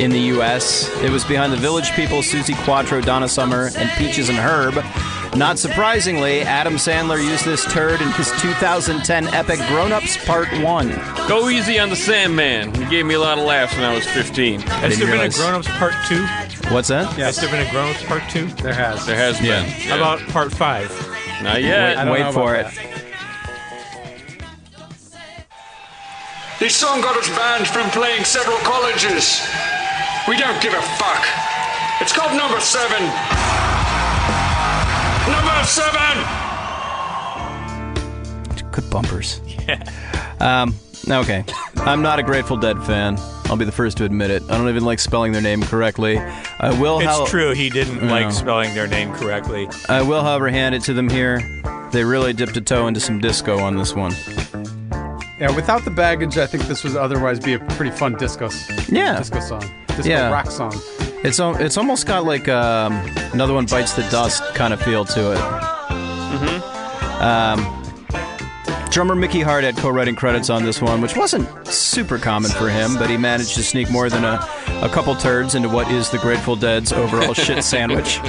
Speaker 2: in the U.S. It was behind the Village People, Susie Quattro, Donna Summer, and Peaches and Herb. Not surprisingly, Adam Sandler used this turd in his 2010 epic Grown Ups Part 1.
Speaker 4: Go easy on the Sandman. He gave me a lot of laughs when I was 15.
Speaker 5: Has there been
Speaker 2: realize-
Speaker 5: a Grown Ups Part Two?
Speaker 2: What's that?
Speaker 5: Has there been a Grown Ups Part Two?
Speaker 3: There has.
Speaker 4: There has been.
Speaker 2: Yeah.
Speaker 5: How about Part Five?
Speaker 4: Not yet.
Speaker 3: don't know
Speaker 2: Wait for it.
Speaker 3: about
Speaker 6: This song got us banned from playing several colleges. We don't give a fuck. It's called number seven. Number seven!
Speaker 2: Good bumpers. Yeah. Um, okay. I'm not a Grateful Dead fan. I'll be the first to admit it. I don't even like spelling their name correctly. I will,
Speaker 5: It's
Speaker 2: how-
Speaker 5: true. He didn't
Speaker 2: No.
Speaker 5: like spelling their name correctly.
Speaker 2: I will, however, hand it to them here. They really dipped a toe into some disco on this one.
Speaker 3: Yeah, without the baggage, I think this would otherwise be a pretty fun disco, s-
Speaker 2: Yeah,
Speaker 3: disco song. Disco
Speaker 2: Yeah.
Speaker 3: rock song.
Speaker 2: it's al- it's almost got like um, another one bites the dust kind of feel to it. Mm-hmm. Um, drummer Mickey Hart had co-writing credits on this one, which wasn't super common for him, but he managed to sneak more than a, a couple turds into what is the Grateful Dead's overall shit sandwich.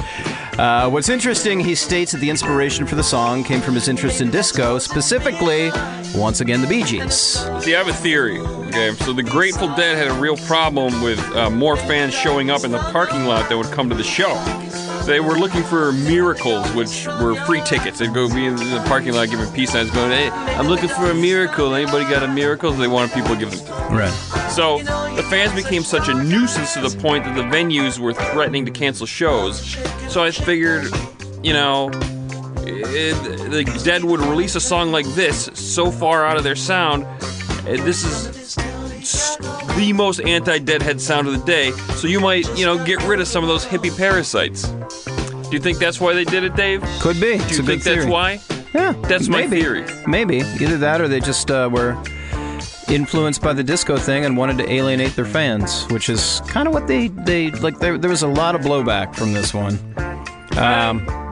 Speaker 2: Uh, what's interesting, he states that the inspiration for the song came from his interest in disco, specifically, once again, the Bee Gees.
Speaker 4: See, I have a theory. Okay, so the Grateful Dead had a real problem with uh, more fans showing up in the parking lot that would come to the show. They were looking for miracles, which were free tickets. They'd go be in the parking lot giving peace signs, going, "Hey, I'm looking for a miracle. Anybody got a miracle?" So they wanted people to give them
Speaker 2: Right.
Speaker 4: so the fans became such a nuisance to the point that the venues were threatening to cancel shows. So I figured, you know, it, the Dead would release a song like this so far out of their sound. eh, This is s- the most anti-Deadhead sound of the day. So you might, you know, get rid of some of those hippie parasites. Do you think that's why they did it, Dave? Do
Speaker 2: Could be.
Speaker 4: you think that's why?
Speaker 2: Yeah,
Speaker 4: That's my
Speaker 2: maybe.
Speaker 4: theory.
Speaker 2: Maybe either that, or they just uh, were influenced by the disco thing and wanted to alienate their fans, which is kind of what they they like. There, there was a lot of blowback from this one.
Speaker 5: I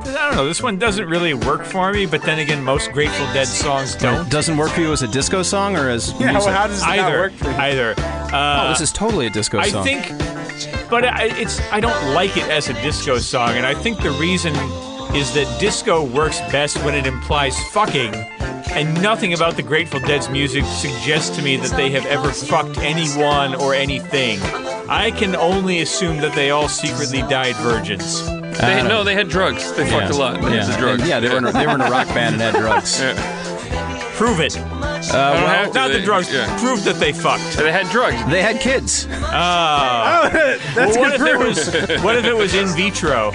Speaker 5: don't know. This one doesn't really work for me, but then again, most Grateful Dead songs don't.
Speaker 2: Doesn't work for you as a disco song or as
Speaker 3: Yeah, well,
Speaker 2: music?
Speaker 3: how does it not
Speaker 5: either,
Speaker 3: work for you?
Speaker 5: either.
Speaker 2: Oh,
Speaker 5: Uh,
Speaker 2: this is totally a disco
Speaker 5: I
Speaker 2: song.
Speaker 5: think, but I, it's I don't like it as a disco song, and I think the reason is that disco works best when it implies fucking, and nothing about the Grateful Dead's music suggests to me that they have ever fucked anyone or anything. I can only assume that they all secretly died virgins.
Speaker 4: They, no, they had drugs. They fucked a lot. They
Speaker 2: Yeah,
Speaker 4: had the drugs.
Speaker 2: And yeah they were in a, they were in a rock band and had drugs.
Speaker 5: Prove it.
Speaker 3: Uh,
Speaker 4: I
Speaker 5: Oh,
Speaker 4: don't
Speaker 5: Well,
Speaker 4: have to,
Speaker 5: not
Speaker 4: they-
Speaker 5: the drugs.
Speaker 4: Yeah.
Speaker 5: Prove that they fucked.
Speaker 4: They had drugs.
Speaker 2: They had kids.
Speaker 5: That's well, what, if it was, what if it was in vitro?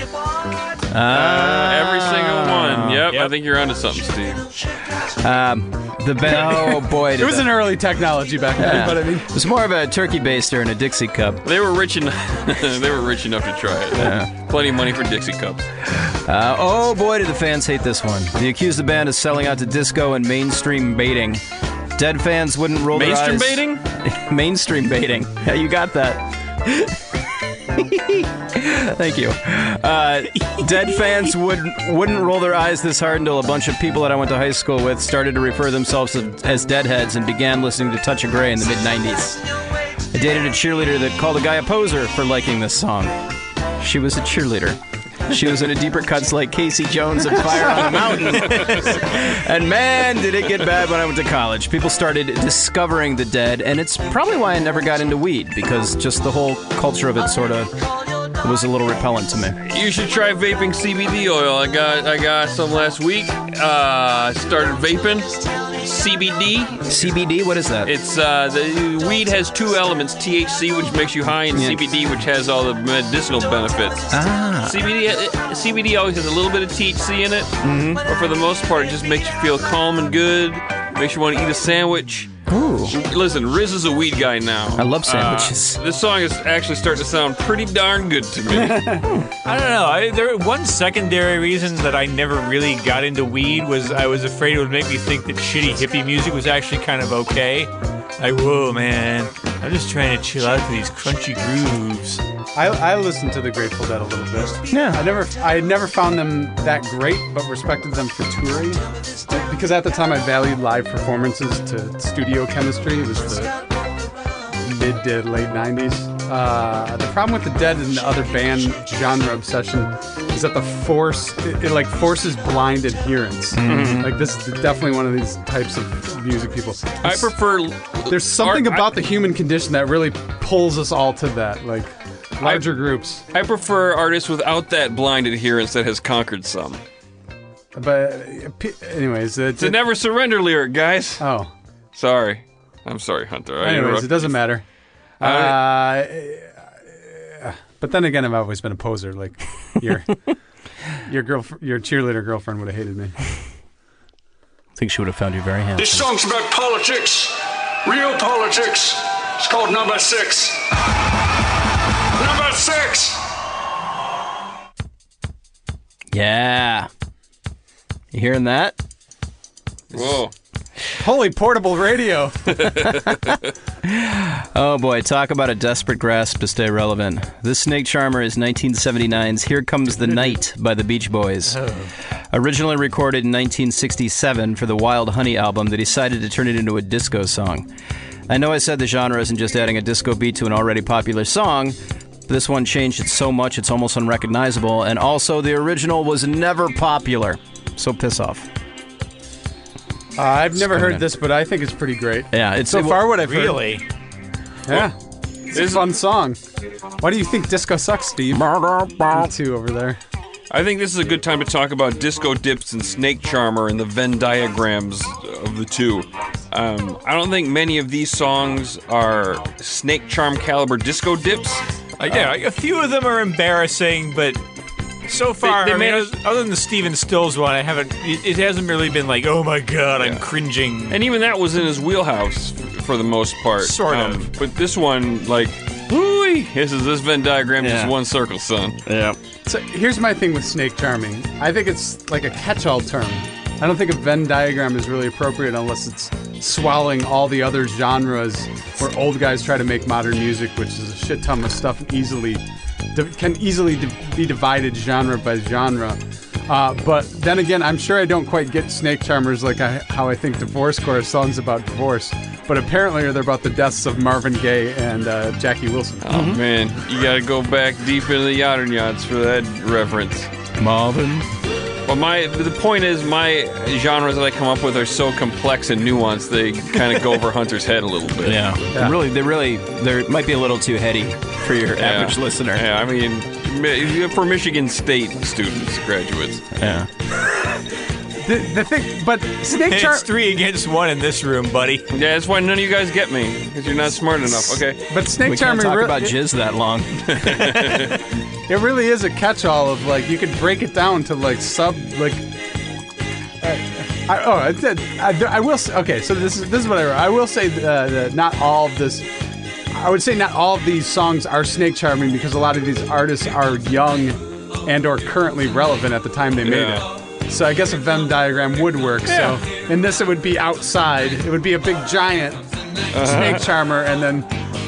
Speaker 4: Every single one. Yep, I
Speaker 5: Yep.
Speaker 4: think you're onto something, Steve.
Speaker 2: Um, the ben- oh boy,
Speaker 3: It was an early technology back then, but I mean,
Speaker 2: It was more of a turkey baster and a Dixie cup.
Speaker 4: They were rich enough. they were rich enough to try it. Plenty of money for Dixie cups.
Speaker 2: Uh, oh boy, do the fans hate this one. The accused the band is selling out to disco and mainstream baiting. Dead fans wouldn't roll
Speaker 4: Mainstream
Speaker 2: their eyes.
Speaker 4: baiting?
Speaker 2: mainstream baiting. Yeah, you got that. Thank you. Uh, dead fans would wouldn't roll their eyes this hard until a bunch of people that I went to high school with started to refer themselves as, as deadheads and began listening to Touch of Grey in the mid '90s. I dated a cheerleader that called a guy a poser for liking this song. She was a cheerleader. She was into deeper cuts like Casey Jones and Fire on the Mountain. And man, did it get bad when I went to college. People started discovering the dead, and it's probably why I never got into weed because just the whole culture of it sort of was a little repellent to me.
Speaker 4: You should try vaping CBD oil. I got I got some last week. Uh, started vaping CBD.
Speaker 2: CBD, what is that?
Speaker 4: It's uh, the weed has two elements: THC, which makes you high, and
Speaker 2: Yeah.
Speaker 4: CBD, which has all the medicinal benefits.
Speaker 2: ah,
Speaker 4: CBD uh, CBD always has a little bit of THC in it,
Speaker 3: Mm-hmm.
Speaker 4: but for the most part, it just makes you feel calm and good. Makes you want to eat a sandwich.
Speaker 2: ooh,
Speaker 4: Listen, Riz is a weed guy now.
Speaker 2: I love sandwiches.
Speaker 4: Uh, this song is actually starting to sound pretty darn good to me.
Speaker 5: I don't know. I, there one secondary reason that I never really got into weed was I was afraid it would make me think that shitty hippie music was actually kind of okay. Like, whoa, man, I'm just trying to chill out to these crunchy grooves.
Speaker 3: I, I listened to the Grateful Dead a little bit.
Speaker 2: Yeah.
Speaker 3: I never, I had never found them that great, but respected them for touring. Because at the time, I valued live performances to studio chemistry. It was the mid to late '90s. Uh, the problem with the Dead and the other band genre obsession is that the force, it, it like forces blind adherence. Like this is definitely one of these types of music people.
Speaker 4: Mm-hmm. I prefer.
Speaker 3: There's something
Speaker 4: Art- I-
Speaker 3: about the human condition that really pulls us all to that, like larger groups.
Speaker 4: I prefer artists without that blind adherence that has conquered some.
Speaker 3: But uh, p- anyways, it's
Speaker 4: It's a never surrender lyric, guys.
Speaker 3: oh.
Speaker 4: Sorry. I'm sorry, Hunter. I
Speaker 3: Anyways, it
Speaker 4: interrupted.
Speaker 3: doesn't matter. Uh, uh, but then again, I've always been a poser. Like your your girl, your cheerleader girlfriend would have hated me.
Speaker 2: I think she would have found you very handsome.
Speaker 6: This song's about politics, real politics. It's called Number Six. Number Six!
Speaker 2: Yeah, you hearing that?
Speaker 4: Whoa.
Speaker 3: Holy portable radio!
Speaker 2: Oh boy, talk about a desperate grasp to stay relevant. This snake charmer is 1979's Here Comes the Night by the Beach Boys.
Speaker 3: Oh.
Speaker 2: Originally recorded in 1967 for the Wild Honey album, they decided to turn it into a disco song. I know I said the genre isn't just adding a disco beat to an already popular song. but This one changed it so much it's almost unrecognizable, and also the original was never popular. So piss off.
Speaker 3: Uh, I've never
Speaker 2: coming
Speaker 3: heard
Speaker 2: in.
Speaker 3: this, but I think it's pretty great.
Speaker 2: Yeah, it's
Speaker 3: so far what I've heard.
Speaker 5: Really?
Speaker 3: Yeah, it's a fun song. Why do you think disco sucks, Steve? You two over there.
Speaker 4: I think this is a good time to talk about Disco Dips and Snake Charmer and the Venn diagrams of the two. Um, I don't think many of these songs are Snake Charm caliber disco dips.
Speaker 5: Uh, yeah, a few of them are embarrassing, but so far,
Speaker 4: they
Speaker 5: I mean,
Speaker 4: managed-
Speaker 5: other than the Steven Stills one, I haven't. It, it hasn't really been like, oh my god, I'm
Speaker 4: Yeah.
Speaker 5: cringing.
Speaker 4: And even that was in his wheelhouse f- for the most part. Um,
Speaker 5: Sort of.
Speaker 4: But this one, like, whoo This is this Venn diagram
Speaker 2: Yeah.
Speaker 4: just one circle, son.
Speaker 2: Yeah.
Speaker 3: So here's my thing with snake charming. I think it's like a catch-all term. I don't think a Venn diagram is really appropriate unless it's swallowing all the other genres where old guys try to make modern music, which is a shit ton of stuff and easily di- can easily di- be divided genre by genre. Uh, but then again, I'm sure I don't quite get snake charmers like I, how I think divorce chorus songs about divorce, but apparently they're about the deaths of Marvin Gaye and uh, Jackie Wilson.
Speaker 4: Oh man, you gotta go back deep into the Yodern Yods for that reference.
Speaker 2: Marvin.
Speaker 4: But my the point is, my genres that I come up with are so complex and nuanced they kind of go over Hunter's head a little bit.
Speaker 2: Yeah. Really, they really, they might be a little too heady for your
Speaker 4: Yeah.
Speaker 2: average listener.
Speaker 4: Yeah, I mean, mi- for Michigan State students, graduates.
Speaker 2: Yeah.
Speaker 3: The, the thing, but Snake
Speaker 5: And
Speaker 3: Charmer.
Speaker 5: it's three against one in this room, buddy.
Speaker 4: Yeah, that's why none of you guys get me because you're not smart enough. Okay.
Speaker 3: But Snake
Speaker 2: We can't
Speaker 3: Charmer,
Speaker 2: talk
Speaker 3: re-
Speaker 2: about jizz that long.
Speaker 3: it really is a catch-all of like you could break it down to like sub like. I, I, oh, I, did- I, I will. s- Okay, so this is this is what I wrote. I will say uh, that not all of this. I would say not all of these songs are snake charming because a lot of these artists are young and or currently relevant at the time they made
Speaker 4: Yeah.
Speaker 3: it. So I guess a Venn diagram would work. So in this, it would be outside. It would be a big giant
Speaker 4: Uh-huh.
Speaker 3: snake charmer, and then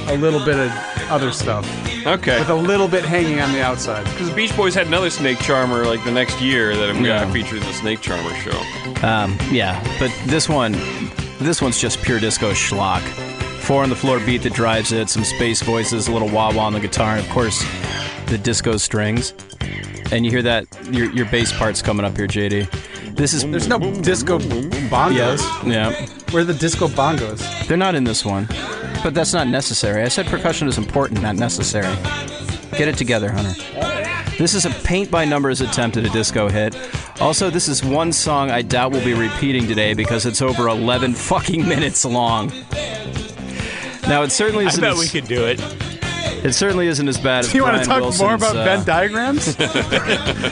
Speaker 3: a little bit of other stuff
Speaker 4: Okay.
Speaker 3: with a little bit hanging on the outside.
Speaker 4: Because the Beach Boys had another Snake Charmer like the next year that I'm
Speaker 2: Yeah.
Speaker 4: gonna feature in the Snake Charmer show.
Speaker 2: Um, yeah, but this one, this one's just pure disco schlock. Four on the floor beat that drives it, some space voices, a little wah wah on the guitar, and of course, the disco strings. And you hear that your your bass part's coming up here, JD. This is
Speaker 3: There's no disco bongos.
Speaker 2: yeah.
Speaker 3: Where are the disco bongos?
Speaker 2: They're not in this one, but that's not necessary. I said percussion is important, not necessary. Get it together, Hunter. This is a paint by numbers attempt at a disco hit. Also, this is one song I doubt we'll be repeating today because it's over 11 fucking minutes long. Now it certainly
Speaker 5: I
Speaker 2: isn't.
Speaker 5: bet
Speaker 2: as,
Speaker 5: we could do it.
Speaker 2: It certainly isn't as bad as.
Speaker 3: Do you want to
Speaker 2: Brian
Speaker 3: talk more
Speaker 2: Wilson's,
Speaker 3: about
Speaker 2: uh,
Speaker 3: Venn diagrams?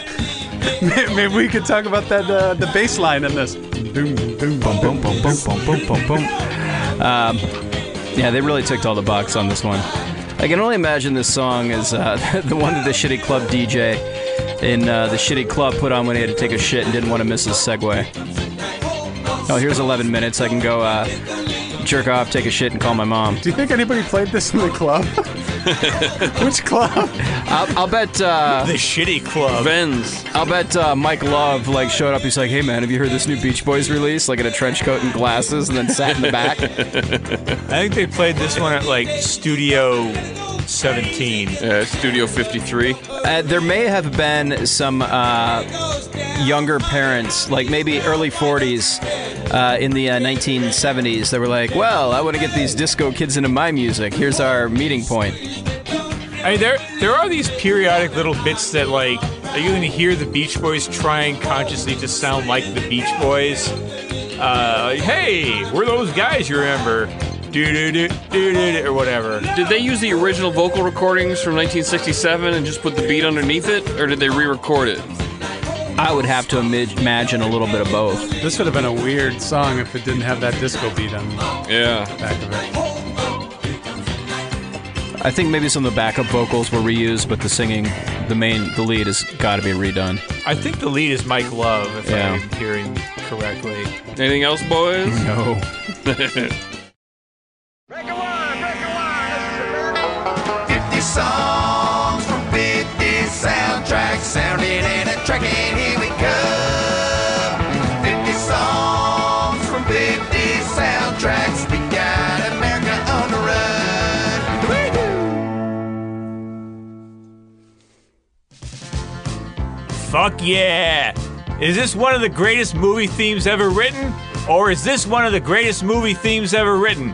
Speaker 3: May- Maybe we could talk about that uh, the bass line in this. Boom, boom, boom, boom, boom, boom.
Speaker 2: boom, boom, boom, boom. Um, yeah, they really ticked all the box on this one. I can only imagine this song is uh, the one that the shitty club DJ in uh, the shitty club put on when he had to take a shit and didn't want to miss his segue. Oh, here's 11 minutes. I can go uh, jerk off, take a shit, and call my mom.
Speaker 3: Do you think anybody played this in the club? Which club?
Speaker 2: I'll, I'll bet. Uh,
Speaker 5: The shitty club.
Speaker 4: Vens.
Speaker 2: I'll bet uh, Mike Love like showed up. He's like, "Hey man, have you heard this new Beach Boys release?" Like in a trench coat and glasses, and then sat in the back.
Speaker 5: I think they played this one at like Studio 17.
Speaker 4: Yeah, uh, Studio 53.
Speaker 2: Uh, there may have been some uh, younger parents, like maybe early 40s uh, in the uh, 1970s, that were like, well, I want to get these disco kids into my music. Here's our meeting point.
Speaker 5: I mean, there there are these periodic little bits that like are you going to hear the Beach Boys trying consciously to sound like the Beach Boys? Uh, like, hey, we're those guys you remember? Do do do do do or whatever.
Speaker 4: Did they use the original vocal recordings from 1967 and just put the beat underneath it, or did they re-record it?
Speaker 2: I would have to imag- imagine a little bit of both.
Speaker 3: This would have been a weird song if it didn't have that disco beat on the
Speaker 4: Yeah.
Speaker 3: back of it.
Speaker 2: I think maybe some of the backup vocals were reused, but the singing, the main, the lead has got to be redone.
Speaker 5: I think the lead is Mike Love, if
Speaker 2: Yeah.
Speaker 5: I'm hearing correctly.
Speaker 4: Anything else, boys?
Speaker 5: Mm.
Speaker 2: No.
Speaker 7: songs from 50 soundtracks sounding and a track and here we go 50 songs from 50 soundtracks we got america on the run
Speaker 5: Fuck yeah! Is this one of the greatest movie themes ever written? Or is this one of the greatest movie themes ever written?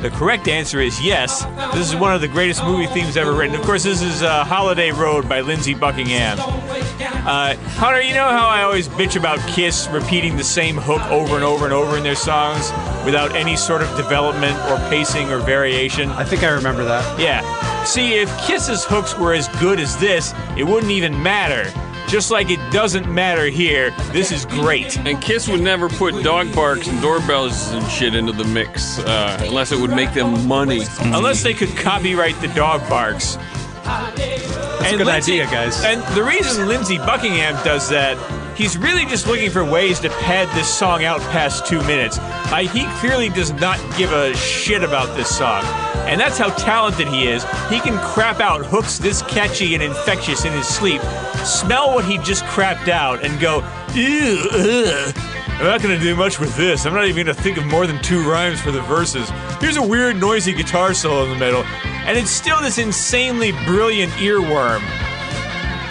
Speaker 5: The correct answer is yes. This is one of the greatest movie themes ever written. Of course, this is uh, Holiday Road by Lindsey Buckingham. Uh, Hunter, you know how I always bitch about Kiss repeating the same hook over and over and over in their songs without any sort of development or pacing or variation?
Speaker 3: I think I remember that.
Speaker 5: Yeah. See, if Kiss's hooks were as good as this, it wouldn't even matter. Just like it doesn't matter here, this is great.
Speaker 4: And Kiss would never put dog barks and doorbells and shit into the mix, uh, unless it would make them money.
Speaker 5: Unless they could copyright the dog barks. That's
Speaker 3: good idea, guys.
Speaker 5: And the reason Lindsey Buckingham does that, he's really just looking for ways to pad this song out past two minutes. I, he clearly does not give a shit about this song. And that's how talented he is. He can crap out hooks this catchy and infectious in his sleep, smell what he just crapped out, and go, ew, ugh. I'm not gonna do much with this. I'm not even gonna think of more than two rhymes for the verses. Here's a weird, noisy guitar solo in the middle, and it's still this insanely brilliant earworm.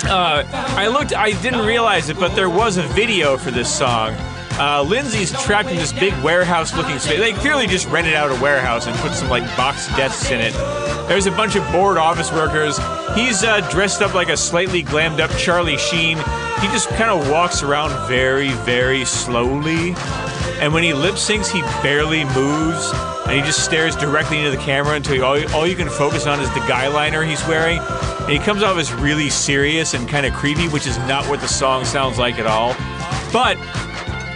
Speaker 5: Uh, I looked, I didn't realize it, but there was a video for this song. Uh, Lindsay's trapped in this big warehouse looking space. They clearly just rented out a warehouse and put some like box desks in it. There's a bunch of bored office workers. He's uh, dressed up like a slightly glammed up Charlie Sheen. he just kind of walks around very, very slowly. And when he lip syncs, he barely moves, and he just stares directly into the camera until you, all, all you can focus on is the guy liner he's wearing. And he comes off as really serious and kind of creepy, which is not what the song sounds like at all. But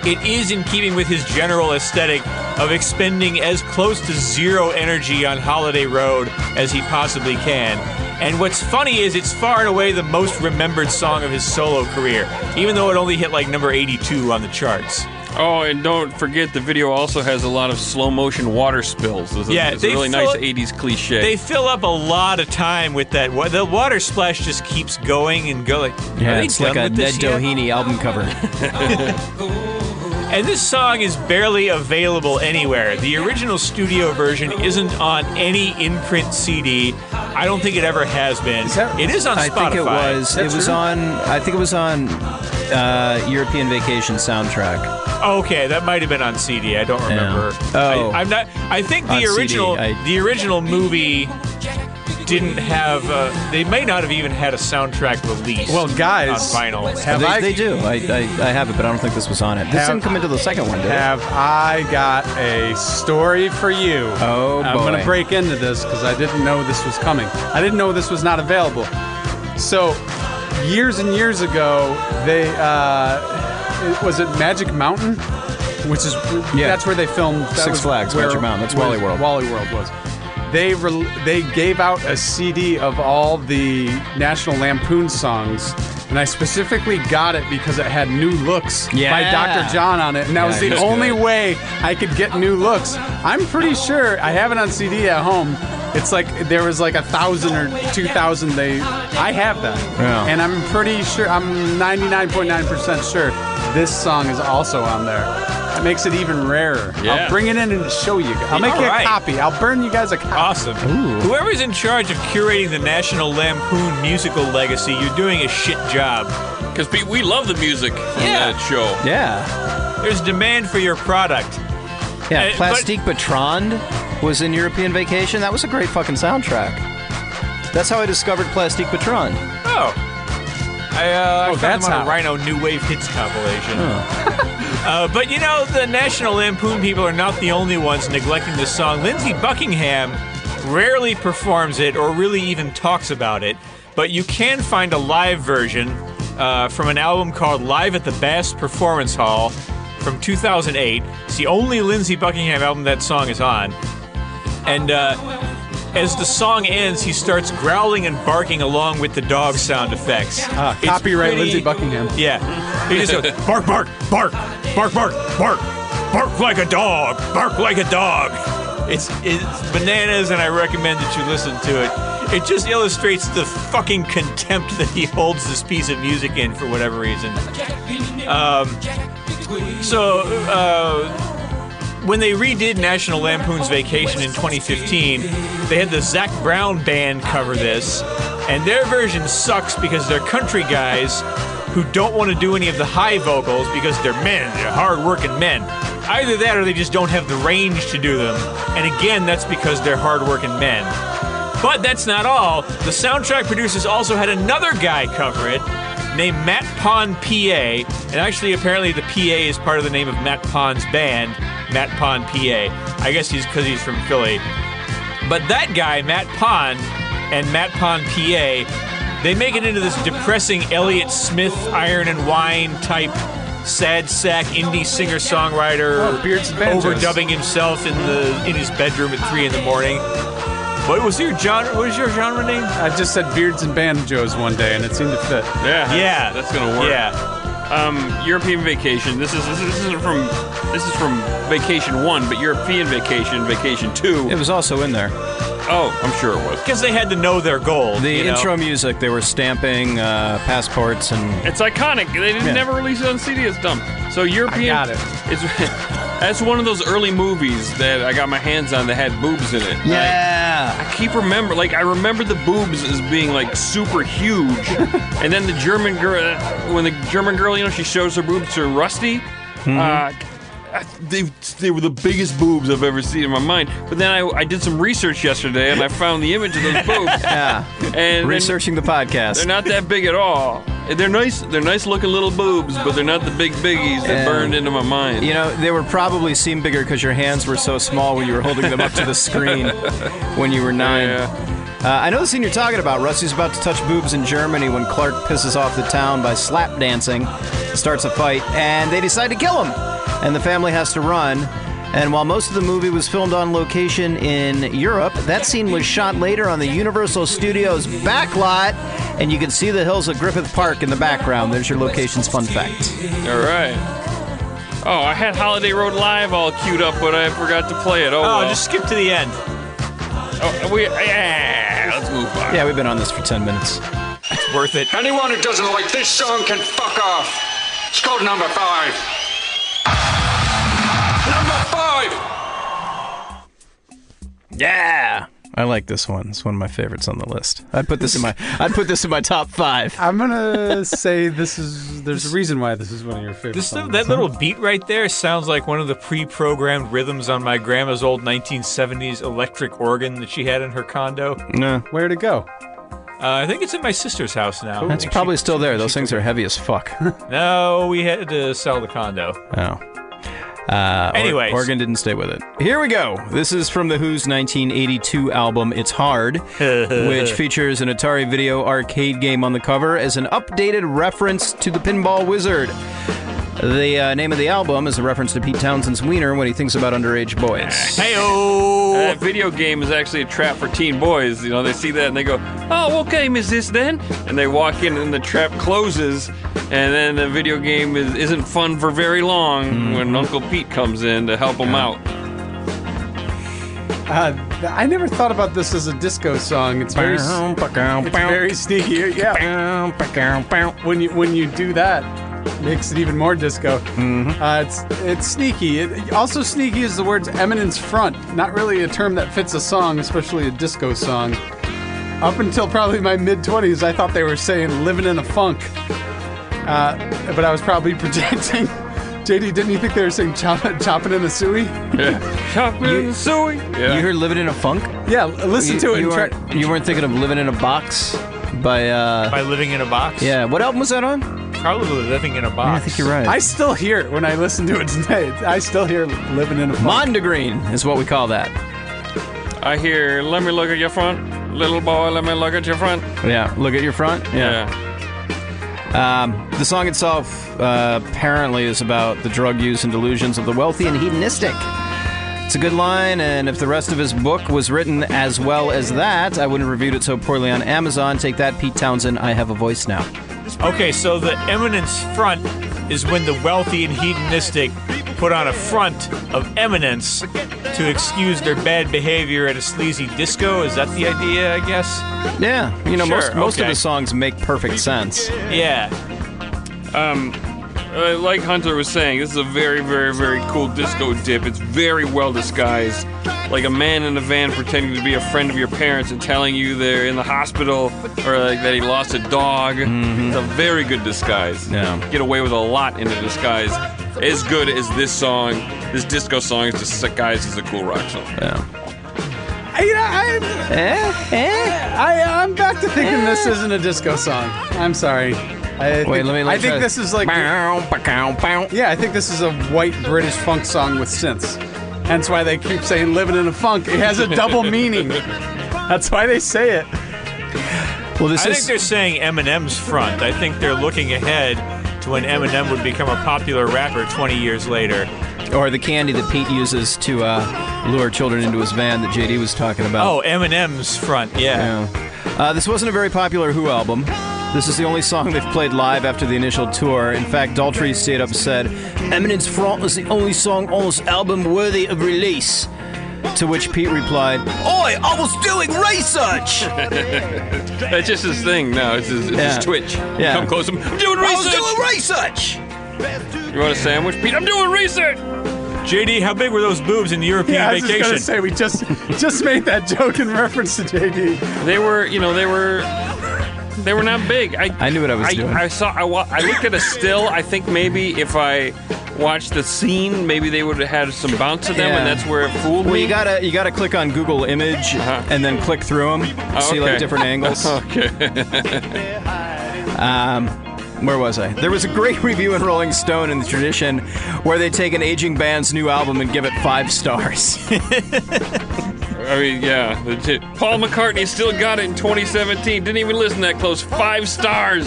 Speaker 5: it is in keeping with his general aesthetic of expending as close to zero energy on Holiday Road as he possibly can. And what's funny is it's far and away the most remembered song of his solo career, even though it only hit like number 82 on the charts.
Speaker 4: Oh, and don't forget the video also has a lot of slow motion water spills. It's a,
Speaker 5: Yeah,
Speaker 4: it's a
Speaker 5: they
Speaker 4: really
Speaker 5: fill-
Speaker 4: nice 80s cliche.
Speaker 5: They fill up a lot of time with that. wa- The water splash just keeps going and going. Are they
Speaker 2: it's like
Speaker 5: done
Speaker 2: a
Speaker 5: with
Speaker 2: Ned
Speaker 5: this yet?
Speaker 2: Doheny album cover.
Speaker 5: And this song is barely available anywhere. The original studio version isn't on any imprint CD. I don't think it ever has been.
Speaker 3: that-
Speaker 5: it is on
Speaker 2: I
Speaker 5: Spotify.
Speaker 2: think it was. It
Speaker 3: That's
Speaker 2: was
Speaker 3: true.
Speaker 2: on. I think it was on uh, European Vacation soundtrack.
Speaker 5: Okay, that might have been on CD. I don't remember.
Speaker 2: Oh.
Speaker 5: I, am not. I think
Speaker 2: On
Speaker 5: the
Speaker 2: CD,
Speaker 5: original,
Speaker 2: I-
Speaker 5: the original movie didn't have. Uh, they may not have even had a soundtrack release.
Speaker 3: Well, guys,
Speaker 5: on vinyl.
Speaker 3: Have
Speaker 2: they,
Speaker 3: I-
Speaker 2: they do. I, I, I have it, but I don't think this was on it. This
Speaker 3: Have-
Speaker 2: didn't come into the second one, did it?
Speaker 3: Have I got a story for you?
Speaker 2: Oh,
Speaker 3: I'm gonna
Speaker 2: boy.
Speaker 3: break into this because I didn't know this was coming. I didn't know this was not available. So, years and years ago, they uh, it- was it Magic Mountain, which is
Speaker 2: Yeah.
Speaker 3: that's where they filmed that
Speaker 2: Six
Speaker 3: was
Speaker 2: Flags,
Speaker 3: where-
Speaker 2: Magic Mountain. That's
Speaker 3: where
Speaker 2: Wally World.
Speaker 3: Wally World was. They re- they gave out a CD of all the National Lampoon songs, and I specifically got it because it had New Looks by
Speaker 2: Yeah.
Speaker 3: Dr. John on it, and that
Speaker 2: Yeah,
Speaker 3: was
Speaker 2: he
Speaker 3: the
Speaker 2: was
Speaker 3: only
Speaker 2: good.
Speaker 3: way I could get new looks. I'm pretty sure I have it on CD at home. It's like there was like a thousand or two thousand. They, I have that,
Speaker 2: Yeah.
Speaker 3: and I'm pretty sure I'm 99.9 percent sure this song is also on there. That makes it even rarer.
Speaker 4: Yeah.
Speaker 3: I'll bring it in and show you. I'll make
Speaker 5: All
Speaker 3: you
Speaker 5: right.
Speaker 3: a copy. I'll burn you guys a copy.
Speaker 5: Awesome. Whoever's in charge of curating the National Lampoon musical legacy, you're doing a shit job.
Speaker 4: Because we love the music from
Speaker 5: Yeah.
Speaker 4: that show.
Speaker 2: Yeah.
Speaker 5: There's demand for your product. Uh,
Speaker 2: Yeah.
Speaker 5: but-
Speaker 2: Plastique Bertrand was in European Vacation. That was a great fucking soundtrack. That's how I discovered Plastique Bertrand.
Speaker 5: Oh. I, uh, I
Speaker 3: Oh,
Speaker 5: found
Speaker 3: that's
Speaker 5: them on a
Speaker 3: how.
Speaker 5: Rhino New Wave Hits compilation. uh, but you know, the National Lampoon people are not the only ones neglecting this song. Lindsey Buckingham rarely performs it or really even talks about it, but you can find a live version uh, from an album called Live at the Bass Performance Hall from 2008. It's the only Lindsey Buckingham album that song is on. And uh, as the song ends, he starts growling and barking along with the dog sound effects.
Speaker 3: Uh,
Speaker 5: It's
Speaker 3: copyright
Speaker 5: pretty-
Speaker 3: Lindsey Buckingham.
Speaker 5: Yeah. He just goes, bark, bark, bark, bark, bark, bark, bark like a dog, bark like a dog. It's, it's bananas, and I recommend that you listen to it. It just illustrates the fucking contempt that he holds this piece of music in for whatever reason. Um, So, uh, when they redid National Lampoon's Vacation in 2015, they had the Zach Brown band cover this, and their version sucks because they're country guys who don't want to do any of the high vocals because they're men, they're hard-working men. Either that or they just don't have the range to do them, and again, that's because they're hard-working men. But that's not all. The soundtrack producers also had another guy cover it named Matt Pond PA. And actually, apparently, the PA is part of the name of Matt Pond's band, Matt Pond PA. I guess he's because he's from Philly. But that guy, Matt Pond, and Matt Pond PA, they make it into this depressing Elliott Smith, Iron and Wine type sad sack indie singer songwriter
Speaker 3: Oh, Beards and Banjos.
Speaker 5: overdubbing himself in the in his bedroom at three in the morning. What was your genre? What was your genre name?
Speaker 3: I just said beards and banjos one day, and it seemed to fit.
Speaker 4: Yeah, that's,
Speaker 5: yeah,
Speaker 4: that's gonna work.
Speaker 5: Yeah,
Speaker 4: Um, European vacation. This is this, is, this isn't from this is from vacation one, but European vacation, vacation two.
Speaker 2: It was also in there.
Speaker 4: Oh, I'm sure it was.
Speaker 5: because they had to know their goal.
Speaker 2: The
Speaker 5: you know?
Speaker 2: intro music. They were stamping uh, passports and.
Speaker 4: It's iconic. They didn't
Speaker 2: Yeah.
Speaker 4: never release it on CD. It's dumb. So European.
Speaker 3: got it.
Speaker 4: It's, that's one of those early movies that I got my hands on that had boobs in it. And I-
Speaker 2: Yeah.
Speaker 4: I keep remember, like I remember the boobs as being like super huge, and then the German girl, uh, when the German girl, you know, she shows her boobs to Rusty. Uh, I- they they were the biggest boobs I've ever seen in my mind. But then I, I did some research yesterday, and I found the image of those boobs,
Speaker 2: Yeah.
Speaker 4: and then
Speaker 2: Researching the
Speaker 4: They're
Speaker 2: podcast.
Speaker 4: not that big at all. And They're nice. They're nice looking little boobs, but they're not the big biggies that
Speaker 2: And-
Speaker 4: burned into my mind.
Speaker 2: You know, they were probably seem bigger because your hands were so small when you were holding them up to the screen when you were nine.
Speaker 4: Yeah.
Speaker 2: Uh, I know the scene you're talking about. Rusty's about to touch boobs in Germany when Clark pisses off the town by slap dancing, starts a fight, and they decide to kill him. And the family has to run. And while most of the movie was filmed on location in Europe, that scene was shot later on the Universal Studios backlot, and you can see the hills of Griffith Park in the background. There's your location's fun fact.
Speaker 4: All right. Oh, I had Holiday Road Live all queued up, but I forgot to play it. Oh,
Speaker 5: Oh,
Speaker 4: well.
Speaker 5: just skip to the end.
Speaker 4: oh, we yeah. Let's move on.
Speaker 2: Yeah, we've been on this for 10 minutes.
Speaker 5: It's worth it.
Speaker 6: Anyone who doesn't like this song can fuck off. It's called number five. Number five!
Speaker 2: Yeah. I like this one. It's one of my favorites on the list. I'd put this in my I'd put this in my top five.
Speaker 3: I'm gonna say this is. There's a reason why this is one of your favorite.
Speaker 5: This
Speaker 3: songs.
Speaker 5: that little beat right there sounds like one of the pre-programmed rhythms on my grandma's old 1970s electric organ that she had in her condo. Uh,
Speaker 2: No.
Speaker 3: Where'd it go?
Speaker 5: I think it's in my sister's house now.
Speaker 2: That's
Speaker 5: Like,
Speaker 2: probably still there. Those things are heavy as fuck.
Speaker 5: she- no. We had to sell the condo.
Speaker 2: Oh. Uh, or-
Speaker 5: Anyways.
Speaker 2: Oregon didn't stay with it. Here we go. This is from The Who's 1982 album, It's Hard, which features an Atari video arcade game on the cover as an updated reference to the Pinball Wizard. The uh, name of the album is a reference to Pete Townsend's wiener when he thinks about underage boys.
Speaker 5: Heyo.
Speaker 4: That video game is actually a trap for teen boys. You know, they see that and they go, "Oh, what game is this then?" And they walk in, and the trap closes. And then the video game is, isn't fun for very long when Uncle Pete comes in to help them out.
Speaker 3: Uh, I never thought about this as a disco song. It's very, s- it's very sneaky. Yeah. When you when you do that, makes it even more disco.
Speaker 2: Mm-hmm.
Speaker 3: Uh, it's it's sneaky. It, also sneaky is the words "eminence front." Not really a term that fits a song, especially a disco song. Up until probably my mid twenties, I thought they were saying "living in a funk," uh, but I was probably projecting. JD, didn't you think they were saying chop, "chopping in a suey"?
Speaker 4: Chopping and suey. Yeah.
Speaker 2: You heard "Living in a Funk"?
Speaker 3: Yeah, l- listen
Speaker 2: you,
Speaker 3: to it.
Speaker 2: You,
Speaker 3: and try-
Speaker 2: weren't, you weren't thinking of "Living in a Box" by uh,
Speaker 5: By living in a box.
Speaker 2: yeah. What album was that on? Yeah,
Speaker 5: Probably living in a box.
Speaker 2: right.
Speaker 3: I still hear it when I listen to it today. I still hear living in a funk.
Speaker 2: Mondegreen is what we call that.
Speaker 4: I hear. Let me look at your front, little boy. Let me look at your front.
Speaker 2: Yeah, look at your front.
Speaker 4: Yeah.
Speaker 2: Um, the song itself uh, apparently is about the drug use and delusions of the wealthy and hedonistic. It's a good line, and if the rest of his book was written as well as that, I wouldn't have reviewed it so poorly on Amazon. Take that, Pete Townsend. I have a voice now.
Speaker 5: Okay, so the eminence front is when the wealthy and hedonistic put on a front of eminence to excuse their bad behavior at a sleazy disco. Is that the idea, I guess?
Speaker 2: Yeah, you know,
Speaker 5: Sure,
Speaker 2: most, most of
Speaker 5: okay.
Speaker 2: the songs make perfect sense.
Speaker 5: Yeah.
Speaker 4: Uh, like Hunter was saying, this is a very, very, very cool disco dip. It's very well disguised. Like a man in a van pretending to be a friend of your parents and telling you they're in the hospital or like that he lost a dog. It's a very good disguise.
Speaker 2: Mm-hmm. Yeah.
Speaker 4: Get away with a lot in a disguise. As good as this song, this disco song is disguised as a cool rock song.
Speaker 3: I, you know, I,
Speaker 2: Eh? Eh?
Speaker 3: I, I'm back to thinking this isn't a disco song. I'm sorry.
Speaker 2: Wait,
Speaker 3: I think,
Speaker 2: let me- let me
Speaker 3: I think
Speaker 2: try-
Speaker 3: this is like. Yeah, I think this is a white British funk song with synths. Hence why they keep saying "living in a funk." It has a double meaning. That's why they say it.
Speaker 2: Well, this
Speaker 5: I think
Speaker 2: is.
Speaker 5: they're saying Eminem's front. I think they're looking ahead to when Eminem would become a popular rapper 20 years later.
Speaker 2: or the candy that Pete uses to uh, lure children into his van that JD was talking about.
Speaker 5: Oh, Eminem's front, yeah.
Speaker 2: Yeah. Uh, this wasn't a very popular Who album. This is the only song they've played live after the initial tour. In fact, Daltrey stayed up and said, Eminence Front is the only song on this album worthy of release. To which Pete replied, Oi, I was doing research!
Speaker 4: That's just his thing now. It's his, it's
Speaker 2: Yeah.
Speaker 4: his twitch.
Speaker 2: Yeah.
Speaker 4: Come close him. I'm doing
Speaker 2: I was
Speaker 4: research.
Speaker 2: doing research!
Speaker 4: you want a sandwich, Pete? I'm doing research.
Speaker 5: JD, how big were those boobs in the European
Speaker 3: Yeah, I was just
Speaker 5: vacation?
Speaker 3: gonna say we just just made that joke in reference to JD.
Speaker 4: They were, you know, they were, they were not big. I,
Speaker 2: I knew what I was doing.
Speaker 4: I saw. I, wa- I looked at a still. I think maybe if I watched the scene, maybe they would have had some bounce to them, and
Speaker 2: Yeah.
Speaker 4: that's where it fooled
Speaker 2: Well,
Speaker 4: me.
Speaker 2: you gotta you gotta click on Google Image
Speaker 4: Uh-huh.
Speaker 2: and then click through them,
Speaker 4: Oh,
Speaker 2: see like
Speaker 4: okay.
Speaker 2: different angles.
Speaker 4: okay.
Speaker 2: Um, where was I? There was a great review in Rolling Stone in the tradition where they take an aging band's new album and give it five stars.
Speaker 4: I mean, yeah. that's it. Paul McCartney still got it in 2017. Didn't even listen that close. Five stars.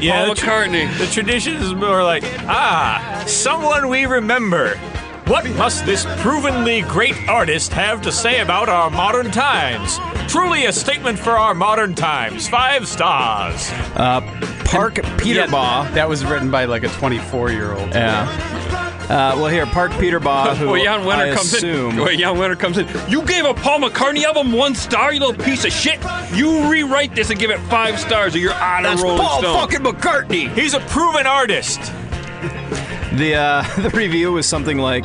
Speaker 5: Yeah,
Speaker 4: Paul
Speaker 5: the tra-
Speaker 4: McCartney.
Speaker 5: The tradition is more like, ah, someone we remember. What must this provenly great artist have to say about our modern times? Truly a statement for our modern times. Five stars.
Speaker 2: Park Peterbaugh.
Speaker 3: That was written by like a 24 year old.
Speaker 2: Yeah. Uh, well, here, Park Peterbaugh, who
Speaker 4: Well, Jan Winter
Speaker 2: I
Speaker 4: comes
Speaker 2: assume.
Speaker 4: in. Well, Jan Winter comes in. You gave a Paul McCartney album one star, you little piece of shit. You rewrite this and give it five stars, or you're out of Rolling Stone.
Speaker 2: McCartney.
Speaker 5: He's a proven artist.
Speaker 2: The uh, the review was something like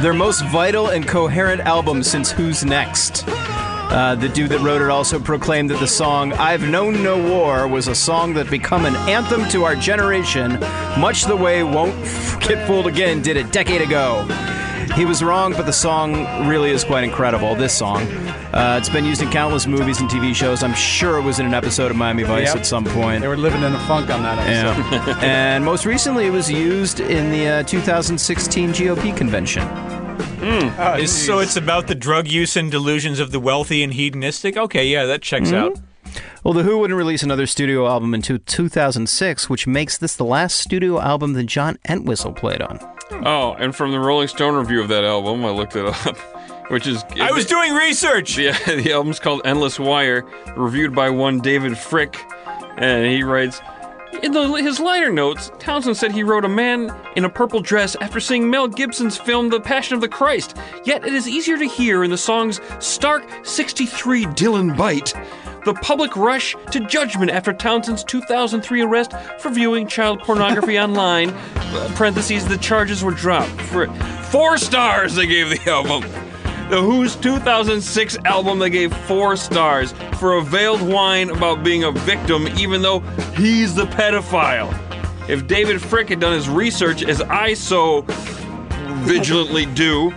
Speaker 2: their most vital and coherent album since Who's Next. Uh, the dude that wrote it also proclaimed that the song "I've Known No War" was a song that become an anthem to our generation, much the way "Won't F- Get Fooled Again" did a decade ago. He was wrong, but the song really is quite incredible. This song, uh, it's been used in countless movies and TV shows. I'm sure it was in an episode of Miami Vice
Speaker 3: Yep.
Speaker 2: at some point.
Speaker 3: They were living in a funk on that episode.
Speaker 2: Yeah. and most recently, it was used in the uh, 2016 GOP convention.
Speaker 5: Is- so it's about the drug use and delusions of the wealthy and hedonistic. Okay, yeah, that checks out.
Speaker 2: Well, The Who wouldn't release another studio album until 2006, which makes this the last studio album that John Entwistle played on.
Speaker 4: Oh, and from the Rolling Stone review of that album, I looked it up, which is
Speaker 5: I was doing research.
Speaker 4: the the album's called Endless Wire, reviewed by one David Frick, and he writes. In the, his liner notes, Townsend said he wrote a man in a purple dress after seeing Mel Gibson's film The Passion of the Christ. Yet it is easier to hear in the songs Stark 63 Dylan Bite, the public rush to judgment after Townsend's 2003 arrest for viewing child pornography online. uh, Parentheses, the charges were dropped. For four stars they gave the album. The Who's 2006 album they gave four stars for a veiled whine about being a victim, even though he's the pedophile. If David Frick had done his research as I so vigilantly do,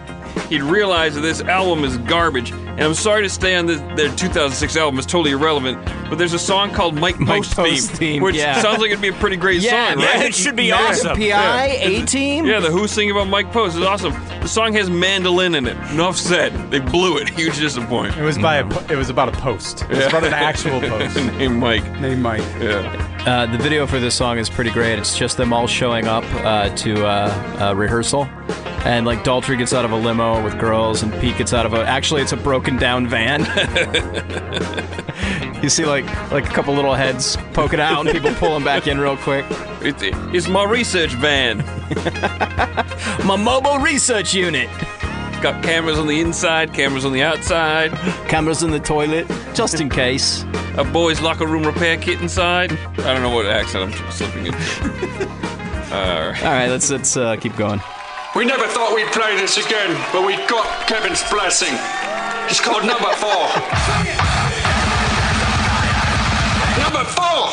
Speaker 4: he'd realize that this album is garbage. And I'm sorry to stay on this, their 2006 album, it's totally irrelevant, but there's a song called Mike Post,
Speaker 2: Mike Post
Speaker 4: Theme,
Speaker 2: Theme,
Speaker 4: which
Speaker 2: yeah.
Speaker 4: sounds like it'd be a pretty great song,
Speaker 5: yeah,
Speaker 4: right?
Speaker 5: it should be
Speaker 2: Magnum
Speaker 5: awesome.
Speaker 2: PI, A Team.
Speaker 4: Yeah, the Who singing about Mike Post is awesome. The song has mandolin in it. Enough said. They blew it. Huge disappointment.
Speaker 3: It was by a,
Speaker 2: Mm-hmm.
Speaker 3: po- it was about a post. It was about an actual post
Speaker 4: Hey, Mike.
Speaker 3: named Mike.
Speaker 4: Yeah.
Speaker 2: Uh, the video for this song is pretty great. It's just them all showing up uh, to uh, uh, rehearsal. And like Daltrey gets out of a limo with girls, and Pete gets out of a. Actually, it's a broken down van. you see like like a couple little heads poking out, and people pull them back in real quick.
Speaker 4: It, it's my research van.
Speaker 2: My mobile research unit.
Speaker 4: Got cameras on the inside, cameras on the outside,
Speaker 2: Cameras in the toilet, just in case.
Speaker 4: a boys' locker room repair kit inside. I don't know what accent I'm slipping in.
Speaker 2: All right, let's let's uh, keep going.
Speaker 6: We never thought we'd play this again, but we got Kevin's blessing. It's called number four. number four!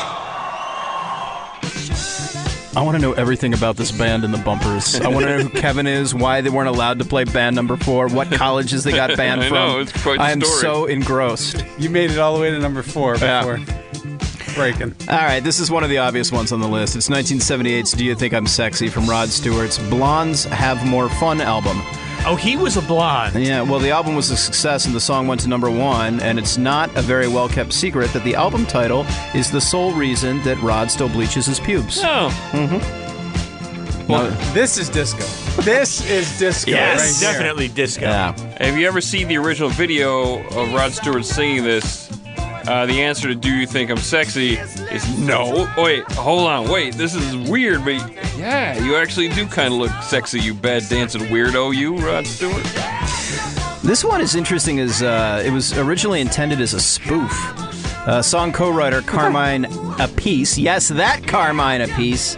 Speaker 2: I want to know everything about this band and the bumpers. I want to know who Kevin is, why they weren't allowed to play band number four, what colleges they got banned
Speaker 4: I
Speaker 2: from.
Speaker 4: know, it's quite the
Speaker 2: I am
Speaker 4: story.
Speaker 2: so engrossed.
Speaker 3: You made it all the way to number four
Speaker 2: Yeah.
Speaker 3: before breaking.
Speaker 2: All right, this is one of the obvious ones on the list. It's 1978's Do You Think I'm Sexy from Rod Stewart's Blondes Have More Fun album.
Speaker 5: Oh, he was a blonde.
Speaker 2: Yeah, well, the album was a success and the song went to number one, and it's not a very well kept secret that the album title is the sole reason that Rod still bleaches his pubes.
Speaker 4: Oh,
Speaker 3: This is disco. This is disco.
Speaker 5: Yes,
Speaker 3: right here.
Speaker 5: definitely disco.
Speaker 2: Yeah.
Speaker 4: have you ever seen the original video of Rod Stewart singing this? Uh, the answer to "Do you think I'm sexy?" is no. Wait, hold on. Wait, this is weird, but yeah, you actually do kind of look sexy, you bad dancing weirdo, you Rod Stewart.
Speaker 2: This one is interesting as uh, it was originally intended as a spoof. Uh, song co-writer Carmine Apiece, yes, that Carmine Apiece,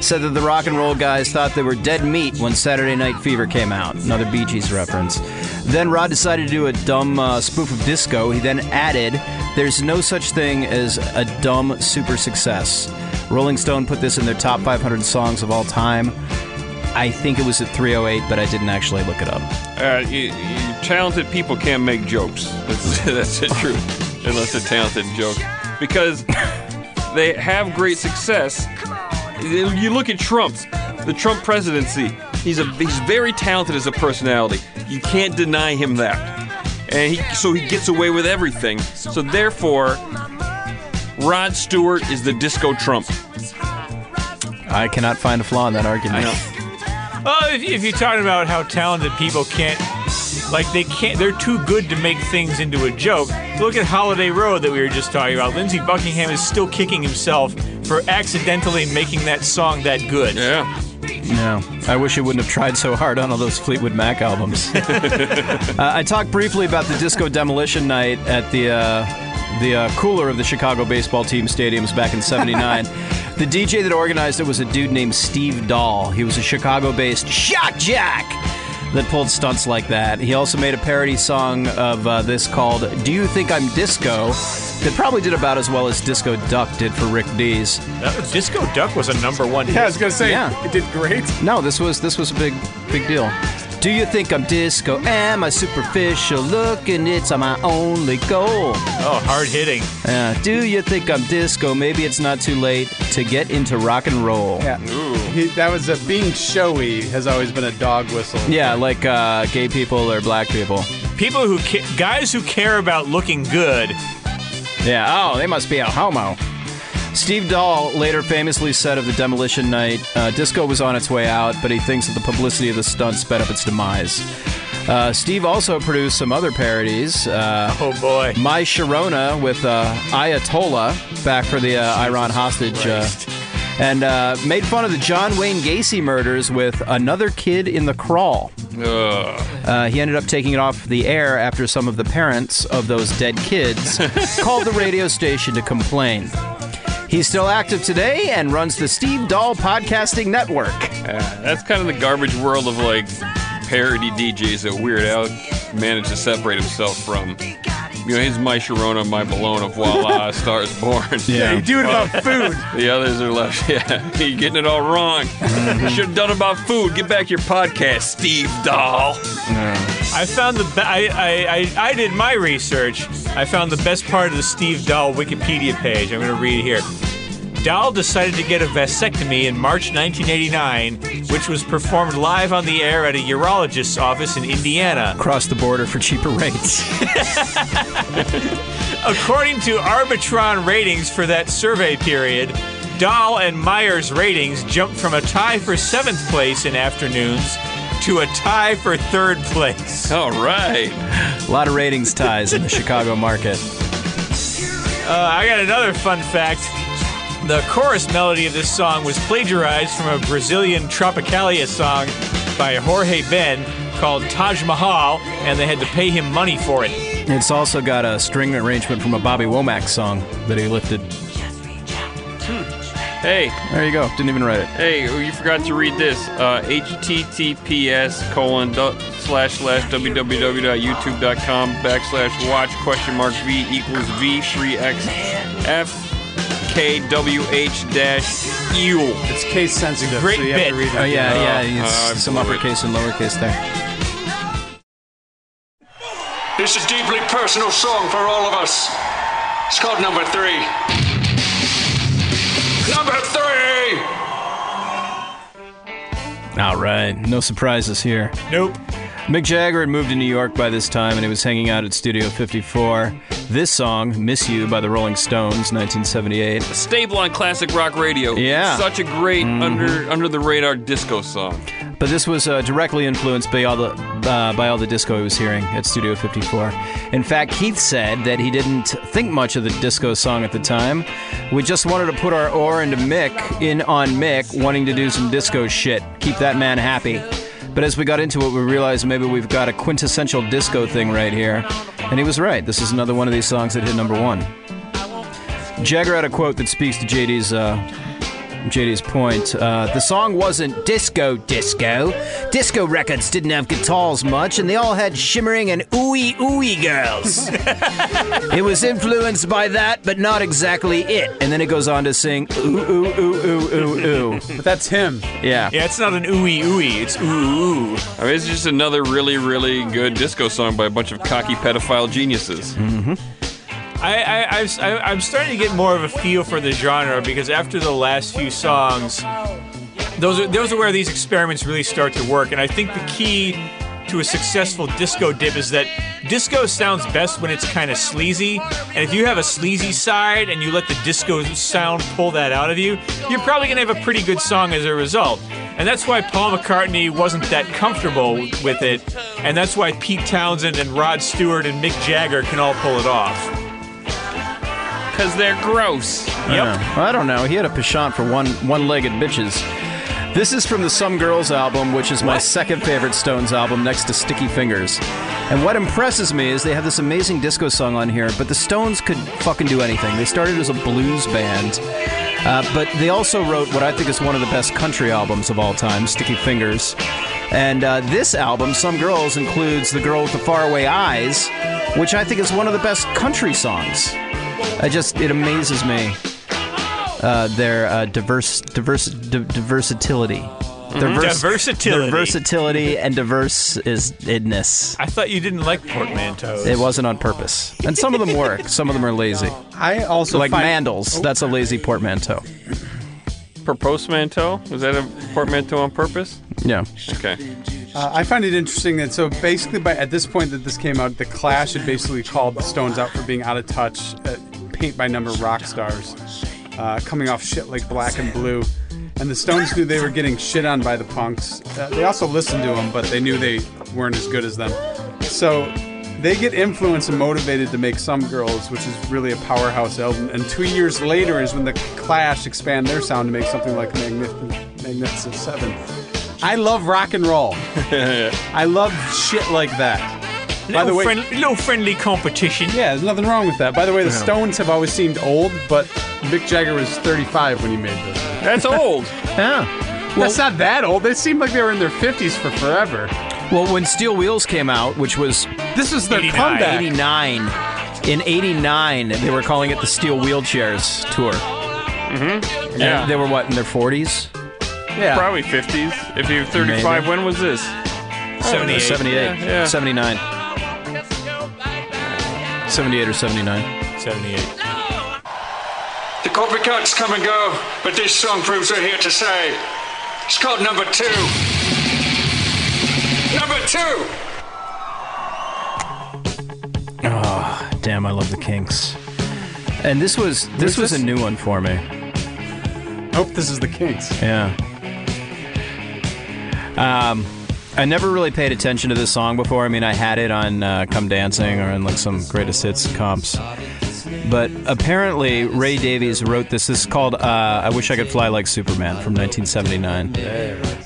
Speaker 2: said that the rock and roll guys thought they were dead meat when Saturday Night Fever came out. Another Bee Gees reference. Then Rod decided to do a dumb uh, spoof of disco. He then added, "There's no such thing as a dumb super success." Rolling Stone put this in their top 500 songs of all time. I think it was at 308, but I didn't actually look it up.
Speaker 4: Uh, you, you, talented people can't make jokes. That's, that's the truth. Unless they're talented jokes. Because they have great success. You look at Trump, the Trump presidency. He's a he's very talented as a personality. You can't deny him that. And he, so he gets away with everything. So therefore, Rod Stewart is the disco Trump.
Speaker 2: I cannot find a flaw in that
Speaker 4: I
Speaker 2: argument.
Speaker 4: know.
Speaker 5: Well, if, if you're talking about how talented people can't, like they can't, they're too good to make things into a joke. Look at Holiday Road that we were just talking about. Lindsey Buckingham is still kicking himself for accidentally making that song that good.
Speaker 4: Yeah.
Speaker 2: No, I wish I wouldn't have tried so hard on all those Fleetwood Mac albums. uh, I talked briefly about the disco demolition night at the uh, the uh, cooler of the Chicago baseball team stadiums back in '79. the DJ that organized it was a dude named Steve Dahl. He was a Chicago-based shock jack that pulled stunts like that. He also made a parody song of uh, this called "Do You Think I'm Disco?" That probably did about as well as Disco Duck did for Rick Dees.
Speaker 5: That- Uh, Disco Duck was a number one.
Speaker 3: Yeah, I was gonna say
Speaker 2: Yeah.
Speaker 3: it did great.
Speaker 2: No, this was this was a big big deal. Do you think I'm disco? Am I superficial? Looking, it's my only goal.
Speaker 5: Oh, hard hitting.
Speaker 2: Uh, do you think I'm disco? Maybe it's not too late to get into rock and roll.
Speaker 3: Yeah, he, that was a being showy has always been a dog whistle.
Speaker 2: Yeah, like uh, gay people or black people.
Speaker 5: People who ca- guys who care about looking good.
Speaker 2: Yeah, oh, they must be a homo. Steve Dahl later famously said of the demolition night, uh, disco was on its way out, but he thinks that the publicity of the stunt sped up its demise. Uh, Steve also produced some other parodies. Uh,
Speaker 5: Oh boy.
Speaker 2: My Sharona with uh, Ayatollah back for the uh, Iran hostage. Uh, and uh, made fun of the John Wayne Gacy murders with Another Kid in the Crawl. Uh, he ended up taking it off the air after some of the parents of those dead kids called the radio station to complain. He's still active today and runs the Steve Dahl Podcasting Network.
Speaker 4: That's kind of the garbage world of like parody DJs that Weird Al managed to separate himself from. You know, his My Sharona, My Bologna, Voila, Stars Born.
Speaker 3: Yeah, you do it about food.
Speaker 4: The others are left. Yeah, you're getting it all wrong.
Speaker 3: Mm-hmm.
Speaker 4: Should have done about food. Get back your podcast, Steve Dahl.
Speaker 5: I found the be- I, I, I, I did my research. I found the best part of the Steve Dahl Wikipedia page. I'm going to read here. Dahl decided to get a vasectomy in March 1989, which was performed live on the air at a urologist's office in Indiana.
Speaker 2: Cross the border for cheaper rates.
Speaker 5: According to Arbitron ratings for that survey period, Dahl and Myers ratings jumped from a tie for seventh place in afternoons to a tie for third place.
Speaker 4: All right.
Speaker 2: A lot of ratings ties in the Chicago market.
Speaker 5: Uh, I got another fun fact. The chorus melody of this song was plagiarized from a Brazilian Tropicalia song by Jorge Ben called Taj Mahal, and they had to pay him money for it.
Speaker 2: It's also got a string arrangement from a Bobby Womack song that he lifted.
Speaker 4: Hey,
Speaker 2: There you go. Didn't even write it.
Speaker 4: hey, you forgot to read this. Uh, HTTPS colon dot slash slash www.youtube.com backslash watch question mark V equals V3XF. KWH dash eel.
Speaker 3: It's case sensitive,
Speaker 5: Great
Speaker 3: so you have
Speaker 5: bit.
Speaker 3: to read it.
Speaker 2: Oh yeah, yeah.
Speaker 4: uh,
Speaker 2: It's
Speaker 4: I
Speaker 2: some
Speaker 4: blew it.
Speaker 2: uppercase and lowercase there.
Speaker 6: It's a deeply personal song for all of us. It's called Number Three. Number Three!
Speaker 2: All right. No surprises here.
Speaker 5: Nope.
Speaker 2: Mick Jagger had moved to New York by this time, and he was hanging out at Studio 54. This song, "Miss You" by the Rolling Stones, 1978.
Speaker 4: Stable on classic rock radio.
Speaker 2: Yeah.
Speaker 4: Such a great under under the radar disco song.
Speaker 2: But this was uh, directly influenced by all the uh, by all the disco he was hearing at Studio 54. In fact, Keith said that he didn't think much of the disco song at the time. We just wanted to put our oar into Mick, in on Mick, wanting to do some disco shit, keep that man happy. But as we got into it, we realized maybe we've got a quintessential disco thing right here. And he was right. This is another one of these songs that hit number one. Jagger had a quote that speaks to JD's uh, JD's point. Uh, the song wasn't disco disco. Disco records didn't have guitars much, and they all had shimmering and ooey ooey girls. it was influenced by that, but not exactly it. And then it goes on to sing ooh ooh ooh ooh ooh ooh.
Speaker 3: But that's him.
Speaker 2: Yeah.
Speaker 5: Yeah, it's not an ooey ooey. It's ooh ooh.
Speaker 4: I mean, it's just another really, really good disco song by a bunch of cocky pedophile geniuses.
Speaker 5: I, I, I've, s- I, am starting to get more of a feel for the genre because after the last few songs, those are those are where these experiments really start to work. And I think the key to a successful disco dip is that disco sounds best when it's kind of sleazy. And if you have a sleazy side and you let the disco sound pull that out of you, you're probably gonna have a pretty good song as a result. And that's why Paul McCartney wasn't that comfortable with it. And that's why Pete Townsend and Rod Stewart and Mick Jagger can all pull it off.
Speaker 4: Because they're gross.
Speaker 5: Yep.
Speaker 2: Yeah. I don't know. He had a penchant for one one-legged bitches. This is from the Some Girls album, which is my second favorite Stones album next to Sticky Fingers. And what impresses me is they have this amazing disco song on here, but the Stones could fucking do anything. They started as a blues band, uh, but they also wrote what I think is one of the best country albums of all time, Sticky Fingers. And uh, this album, Some Girls, includes The Girl with the Faraway Eyes, which I think is one of the best country songs. I just, it amazes me uh, their uh, diverse diverse di- diversatility.
Speaker 5: Mm-hmm.
Speaker 2: Diverse,
Speaker 5: Diversitility.
Speaker 2: Diversitility and diverse is idness.
Speaker 5: I thought you didn't like portmanteaus.
Speaker 2: It wasn't on purpose. And some of them work, some of them are lazy.
Speaker 3: I also
Speaker 2: Like
Speaker 3: find-
Speaker 2: mandals, that's a lazy portmanteau.
Speaker 4: Portmanteau? Was that a portmanteau on purpose?
Speaker 2: Yeah.
Speaker 4: Okay.
Speaker 3: Uh, I find it interesting that so basically, by at this point that this came out, the Clash had basically called the Stones out for being out of touch, uh, paint by number rock stars, uh, coming off shit like Black and Blue, and the Stones knew they were getting shit on by the punks. Uh, they also listened to them, but they knew they weren't as good as them. So they get influenced and motivated to make Some Girls, which is really a powerhouse album. And two years later is when the Clash expand their sound to make something like Magnificent, Magnificent Seven. I love rock and roll. I love shit like that.
Speaker 5: no
Speaker 3: by the way-
Speaker 5: friend- no friendly competition.
Speaker 3: Yeah, there's nothing wrong with that. By the way, the Stones have always seemed old, but Mick Jagger was 35 when he made this.
Speaker 4: That's old. Ah.
Speaker 2: Yeah.
Speaker 3: That's not that old. They seemed like they were in their 50s for forever.
Speaker 2: Well, when Steel Wheels came out, which was
Speaker 3: This was their
Speaker 5: 89.
Speaker 3: comeback.
Speaker 2: 89, in 89, they were calling it the Steel Wheelchairs Tour.
Speaker 4: Mm-hmm. Yeah.
Speaker 2: And they were what, in their 40s?
Speaker 3: Yeah.
Speaker 4: Probably 50s. If you're 35,
Speaker 2: Maybe.
Speaker 4: when was this? Oh.
Speaker 5: 78.
Speaker 2: 78.
Speaker 4: Yeah, yeah.
Speaker 2: 79. 78 or 79.
Speaker 5: 78.
Speaker 6: The copycats come and go, but this song proves we're here to stay. It's called Number Two. Number Two!
Speaker 2: Damn, I love the Kinks. And this was this was a new one for me.
Speaker 3: Hope this is the Kinks.
Speaker 2: Yeah. Um, I never really paid attention to this song before. I mean, I had it on uh, "Come Dancing" or in like some greatest hits comps. But apparently, Ray Davies wrote this. This is called uh, "I Wish I Could Fly Like Superman" from 1979.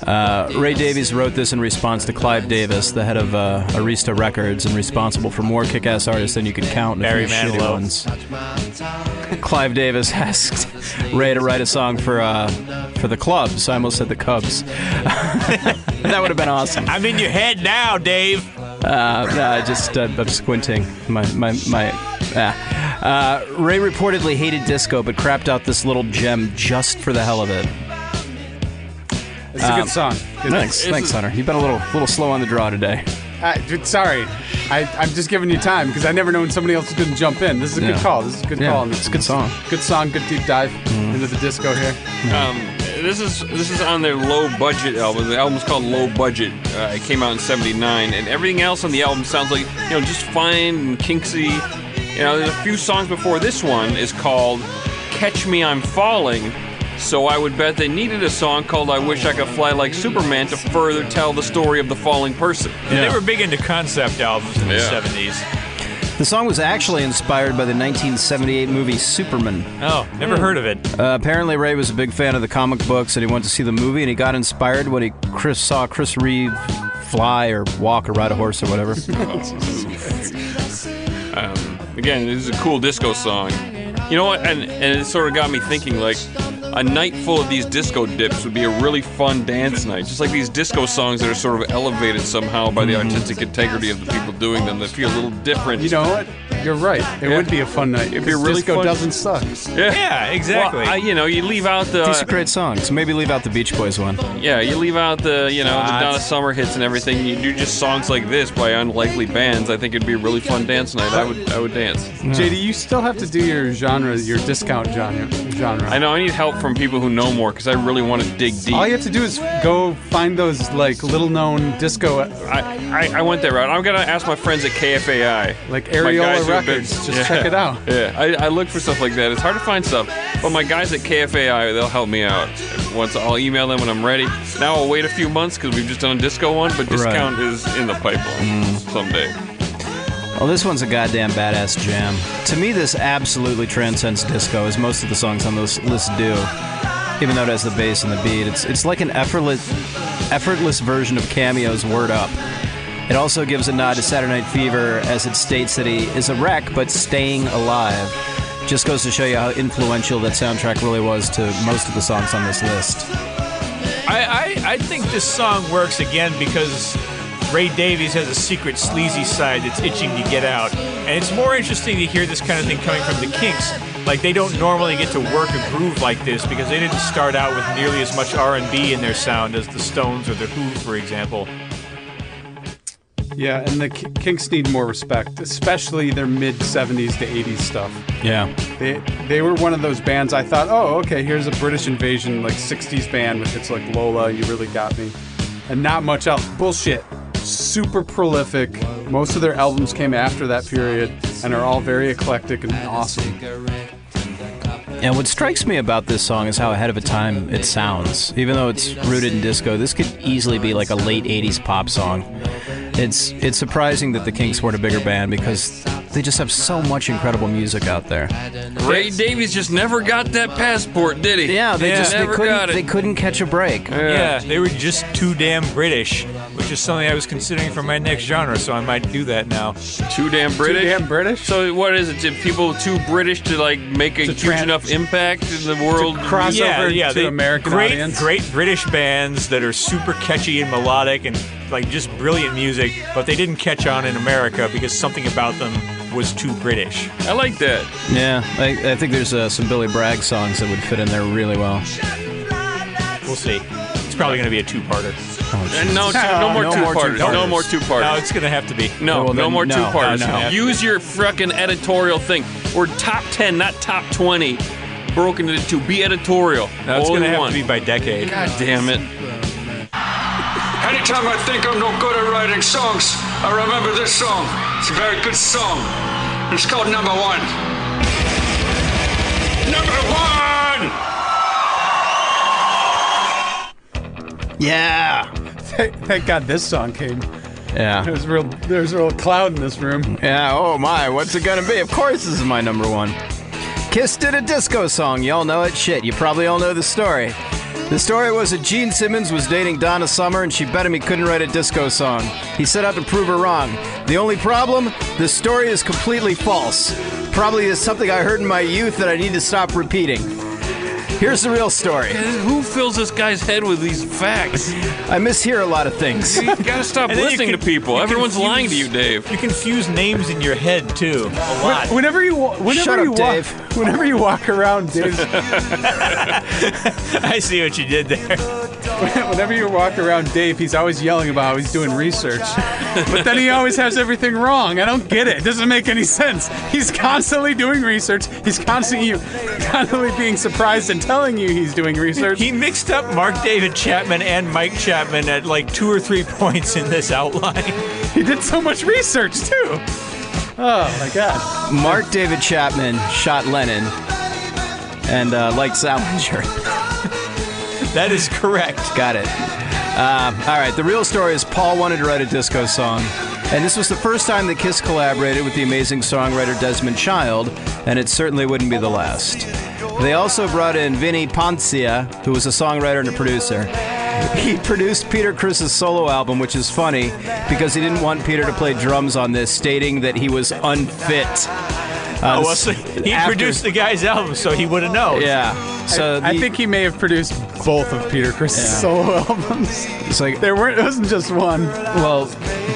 Speaker 2: Uh, Ray Davies wrote this in response to Clive Davis, the head of uh, Arista Records and responsible for more kick-ass artists than you can count. and a
Speaker 5: Barry
Speaker 2: few shitty
Speaker 5: Manilow.
Speaker 2: ones. Clive Davis asked Ray to write a song for uh, for the clubs. I almost said the Cubs. that would have been awesome.
Speaker 5: I'm in your head now, Dave.
Speaker 2: Uh, no, I just uh, I'm squinting. My my my. ah. Uh, Ray reportedly hated disco, but crapped out this little gem just for the hell of it.
Speaker 3: It's a good song. Good-
Speaker 2: Thanks, thanks, Hunter. You've been a little little slow on the draw today.
Speaker 3: I, dude, sorry. I, I'm just giving you time because I never known somebody else who didn't jump in. This is a good
Speaker 2: Yeah.
Speaker 3: call. This is a good
Speaker 2: Yeah,
Speaker 3: call.
Speaker 2: it's a good song.
Speaker 3: Good song. Good deep dive into the disco here.
Speaker 4: Um, this is this is on their low budget album. The album's called Low Budget. Uh, it came out in '79, and everything else on the album sounds like you know just fine and kinksy. You know, there's a few songs before this one is called "Catch Me I'm Falling." So I would bet they needed a song called "I Wish I Could Fly Like Superman" to further tell the story of the falling person.
Speaker 5: They were big into concept albums in
Speaker 4: Yeah.
Speaker 5: the 70s.
Speaker 2: The song was actually inspired by the 1978 movie Superman.
Speaker 5: Oh, never
Speaker 4: Hmm.
Speaker 5: heard of it.
Speaker 2: Uh, apparently, Ray was a big fan of the comic books, and he went to see the movie, and he got inspired when he Chris saw Chris Reeve fly or walk or ride a horse or whatever.
Speaker 4: Again, this is a cool disco song. You know what? And, and it sort of got me thinking like, a night full of these disco dips would be a really fun dance night. Just like these disco songs that are sort of elevated somehow by the artistic integrity of the people doing them that feel a little different.
Speaker 3: You know what? You're right. It
Speaker 4: Yeah.
Speaker 3: would be a fun night.
Speaker 4: It'd be
Speaker 3: 'cause
Speaker 4: really
Speaker 3: disco
Speaker 4: fun.
Speaker 3: doesn't suck.
Speaker 5: Yeah, exactly.
Speaker 4: Well, I, you know, you leave out the
Speaker 2: These are great songs. Maybe leave out the Beach Boys one.
Speaker 4: yeah, you leave out the you know the
Speaker 5: Shots.
Speaker 4: Donna Summer hits and everything. You do just songs like this by unlikely bands. I think it'd be a really fun dance night. I would I would dance.
Speaker 3: JD, you still have to do your genre, your discount genre. genre.
Speaker 4: I know I need help from people who know more because I really want to dig deep.
Speaker 3: All you
Speaker 4: I,
Speaker 3: have to do is go find those like little known disco
Speaker 4: I, I went that route. I'm gonna ask my friends at KFAI,
Speaker 3: like
Speaker 4: My guys
Speaker 3: Areola
Speaker 4: who have been-
Speaker 3: records. Just
Speaker 4: Yeah.
Speaker 3: check it out.
Speaker 4: Yeah, I, I look for stuff like that. It's hard to find stuff, but my guys at KFAI they'll help me out. Once I'll email them when I'm ready. Now I'll wait a few months because we've just done a disco one, but discount is in the pipeline
Speaker 3: Mm.
Speaker 4: someday.
Speaker 2: Oh, this one's a goddamn badass jam. To me, this absolutely transcends disco, as most of the songs on this list do. Even though it has the bass and the beat, it's it's like an effortless, effortless version of Cameo's "Word Up." It also gives a nod to Saturday Night Fever, as it states that he is a wreck but staying alive. Just goes to show you how influential that soundtrack really was to most of the songs on this list.
Speaker 5: I, I, I think this song works again because Ray Davies has a secret sleazy side that's itching to get out. And it's more interesting to hear this kind of thing coming from the kinks. Like they don't normally get to work a groove like this because they didn't start out with nearly as much R&B in their sound as the Stones or the Who, for example.
Speaker 3: Yeah, and the K- Kinks need more respect, especially their mid '70s to '80s stuff.
Speaker 2: Yeah.
Speaker 3: They they were one of those bands I thought, oh, okay, here's a British invasion like '60s band with hits like Lola, You Really Got Me, and not much else. Bullshit. Super prolific. Most of their albums came after that period and are all very eclectic and awesome.
Speaker 2: And what strikes me about this song is how ahead of a time it sounds. Even though it's rooted in disco, this could easily be like a late 80s pop song. It's it's surprising that the Kinks weren't a bigger band because they just have so much incredible music out there.
Speaker 4: Ray Davies just never got that passport, did he?
Speaker 2: Yeah, they just they
Speaker 4: never
Speaker 2: couldn't
Speaker 4: got it.
Speaker 2: they couldn't catch a break.
Speaker 5: Yeah, they were just too damn British, which is something I was considering for my next genre, so I might do that now.
Speaker 4: too damn British.
Speaker 3: Too damn British.
Speaker 4: So what is it? Did people too British to like make a
Speaker 3: To
Speaker 4: huge
Speaker 3: tran-
Speaker 4: enough impact in the world?
Speaker 3: cross-
Speaker 4: Yeah.
Speaker 3: over to American
Speaker 5: great,
Speaker 3: audience.
Speaker 5: Great British bands that are super catchy and melodic and like just brilliant music, but they didn't catch on in America because something about them was too British.
Speaker 4: I like that.
Speaker 2: Yeah, I, I think there's uh, some Billy Bragg songs that would fit in there really well.
Speaker 5: We'll see. It's probably going to be a two-parter.
Speaker 4: And Uh, no, two, no more
Speaker 2: No
Speaker 4: two
Speaker 2: more
Speaker 4: parters. No
Speaker 2: two-parters.
Speaker 4: more two parters.
Speaker 5: No, it's going to have to be.
Speaker 4: No,
Speaker 2: Well,
Speaker 4: no
Speaker 2: then,
Speaker 4: more
Speaker 2: no,
Speaker 4: two parters.
Speaker 5: no, no.
Speaker 4: Use your fucking editorial thing. We're top ten, not top twenty. Broken into two. Be editorial.
Speaker 5: No, it's
Speaker 4: Only
Speaker 5: going to have
Speaker 4: one.
Speaker 5: to be by decade.
Speaker 4: God damn it.
Speaker 6: Anytime I think I'm no good at writing songs, I remember this song. It's a very good song. It's called Number One. Number One!
Speaker 2: Yeah.
Speaker 3: Thank thank God this song came.
Speaker 2: Yeah.
Speaker 3: There's real there's a real cloud in this room.
Speaker 2: Yeah, oh my, what's it gonna be? Of course, this is my number one. Kiss did a disco song, y'all know it. Shit, you probably all know the story. The story was that Gene Simmons was dating Donna Summer and she bet him he couldn't write a disco song. He set out to prove her wrong. The only problem? The story is completely false. Probably is something I heard in my youth that I need to stop repeating. Here's the real story.
Speaker 4: Who fills this guy's head with these facts?
Speaker 2: I mishear a lot of things.
Speaker 4: You gotta stop
Speaker 5: And then you
Speaker 4: listening
Speaker 5: con-
Speaker 4: to people.
Speaker 5: you
Speaker 4: Everyone's
Speaker 5: confuse-
Speaker 4: lying to you, Dave.
Speaker 5: You confuse names in your head too. A lot.
Speaker 3: Whenever you wa- whenever
Speaker 2: Shut up,
Speaker 3: you walk
Speaker 2: Dave.
Speaker 3: whenever you walk around Dave's
Speaker 5: I see what you did there.
Speaker 3: Whenever you walk around Dave, he's always yelling about how he's doing research. But then he always has everything wrong. I don't get it. It doesn't make any sense. He's constantly doing research. He's constantly you constantly being surprised and telling you he's doing research.
Speaker 5: He mixed up Mark David Chapman and Mike Chapman at like two or three points in this outline.
Speaker 3: He did so much research too. Oh my god.
Speaker 2: Mark David Chapman shot Lennon and uh, liked Salinger.
Speaker 5: That is correct.
Speaker 2: Got it. Um, all right. The real story is Paul wanted to write a disco song, and this was the first time that Kiss collaborated with the amazing songwriter Desmond Child, and it certainly wouldn't be the last. They also brought in Vinnie Poncia, who was a songwriter and a producer. He produced Peter Chris's solo album, which is funny because he didn't want Peter to play drums on this, stating that he was unfit. Uh,
Speaker 5: well,
Speaker 2: this-
Speaker 5: so he
Speaker 2: after-
Speaker 5: produced the guy's album, so he would have known.
Speaker 2: Yeah. So
Speaker 3: I
Speaker 2: the-
Speaker 3: think he may have produced both of Peter Chris' solo albums.
Speaker 2: it's like
Speaker 3: There weren't. It wasn't just one.
Speaker 2: Well,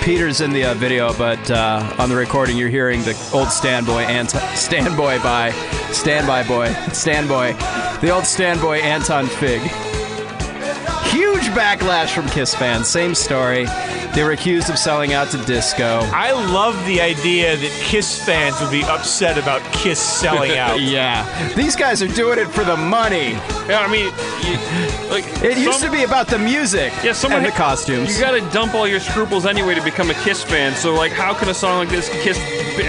Speaker 2: Peter's in the uh, video, but uh, on the recording, you're hearing the old standboy anti standboy by standby boy standboy, the old standboy Anton Fig. Huge backlash from Kiss fans. Same story. They were accused of selling out to disco.
Speaker 5: I love the idea that Kiss fans would be upset about Kiss selling out.
Speaker 2: Yeah, these guys are doing it for the money.
Speaker 4: Yeah, I mean, you, like
Speaker 2: It used to be about the music
Speaker 4: Yeah, someone
Speaker 2: and the
Speaker 4: had-
Speaker 2: costumes.
Speaker 4: You gotta dump all your scruples anyway to become a Kiss fan. So like, how can a song like this Kiss?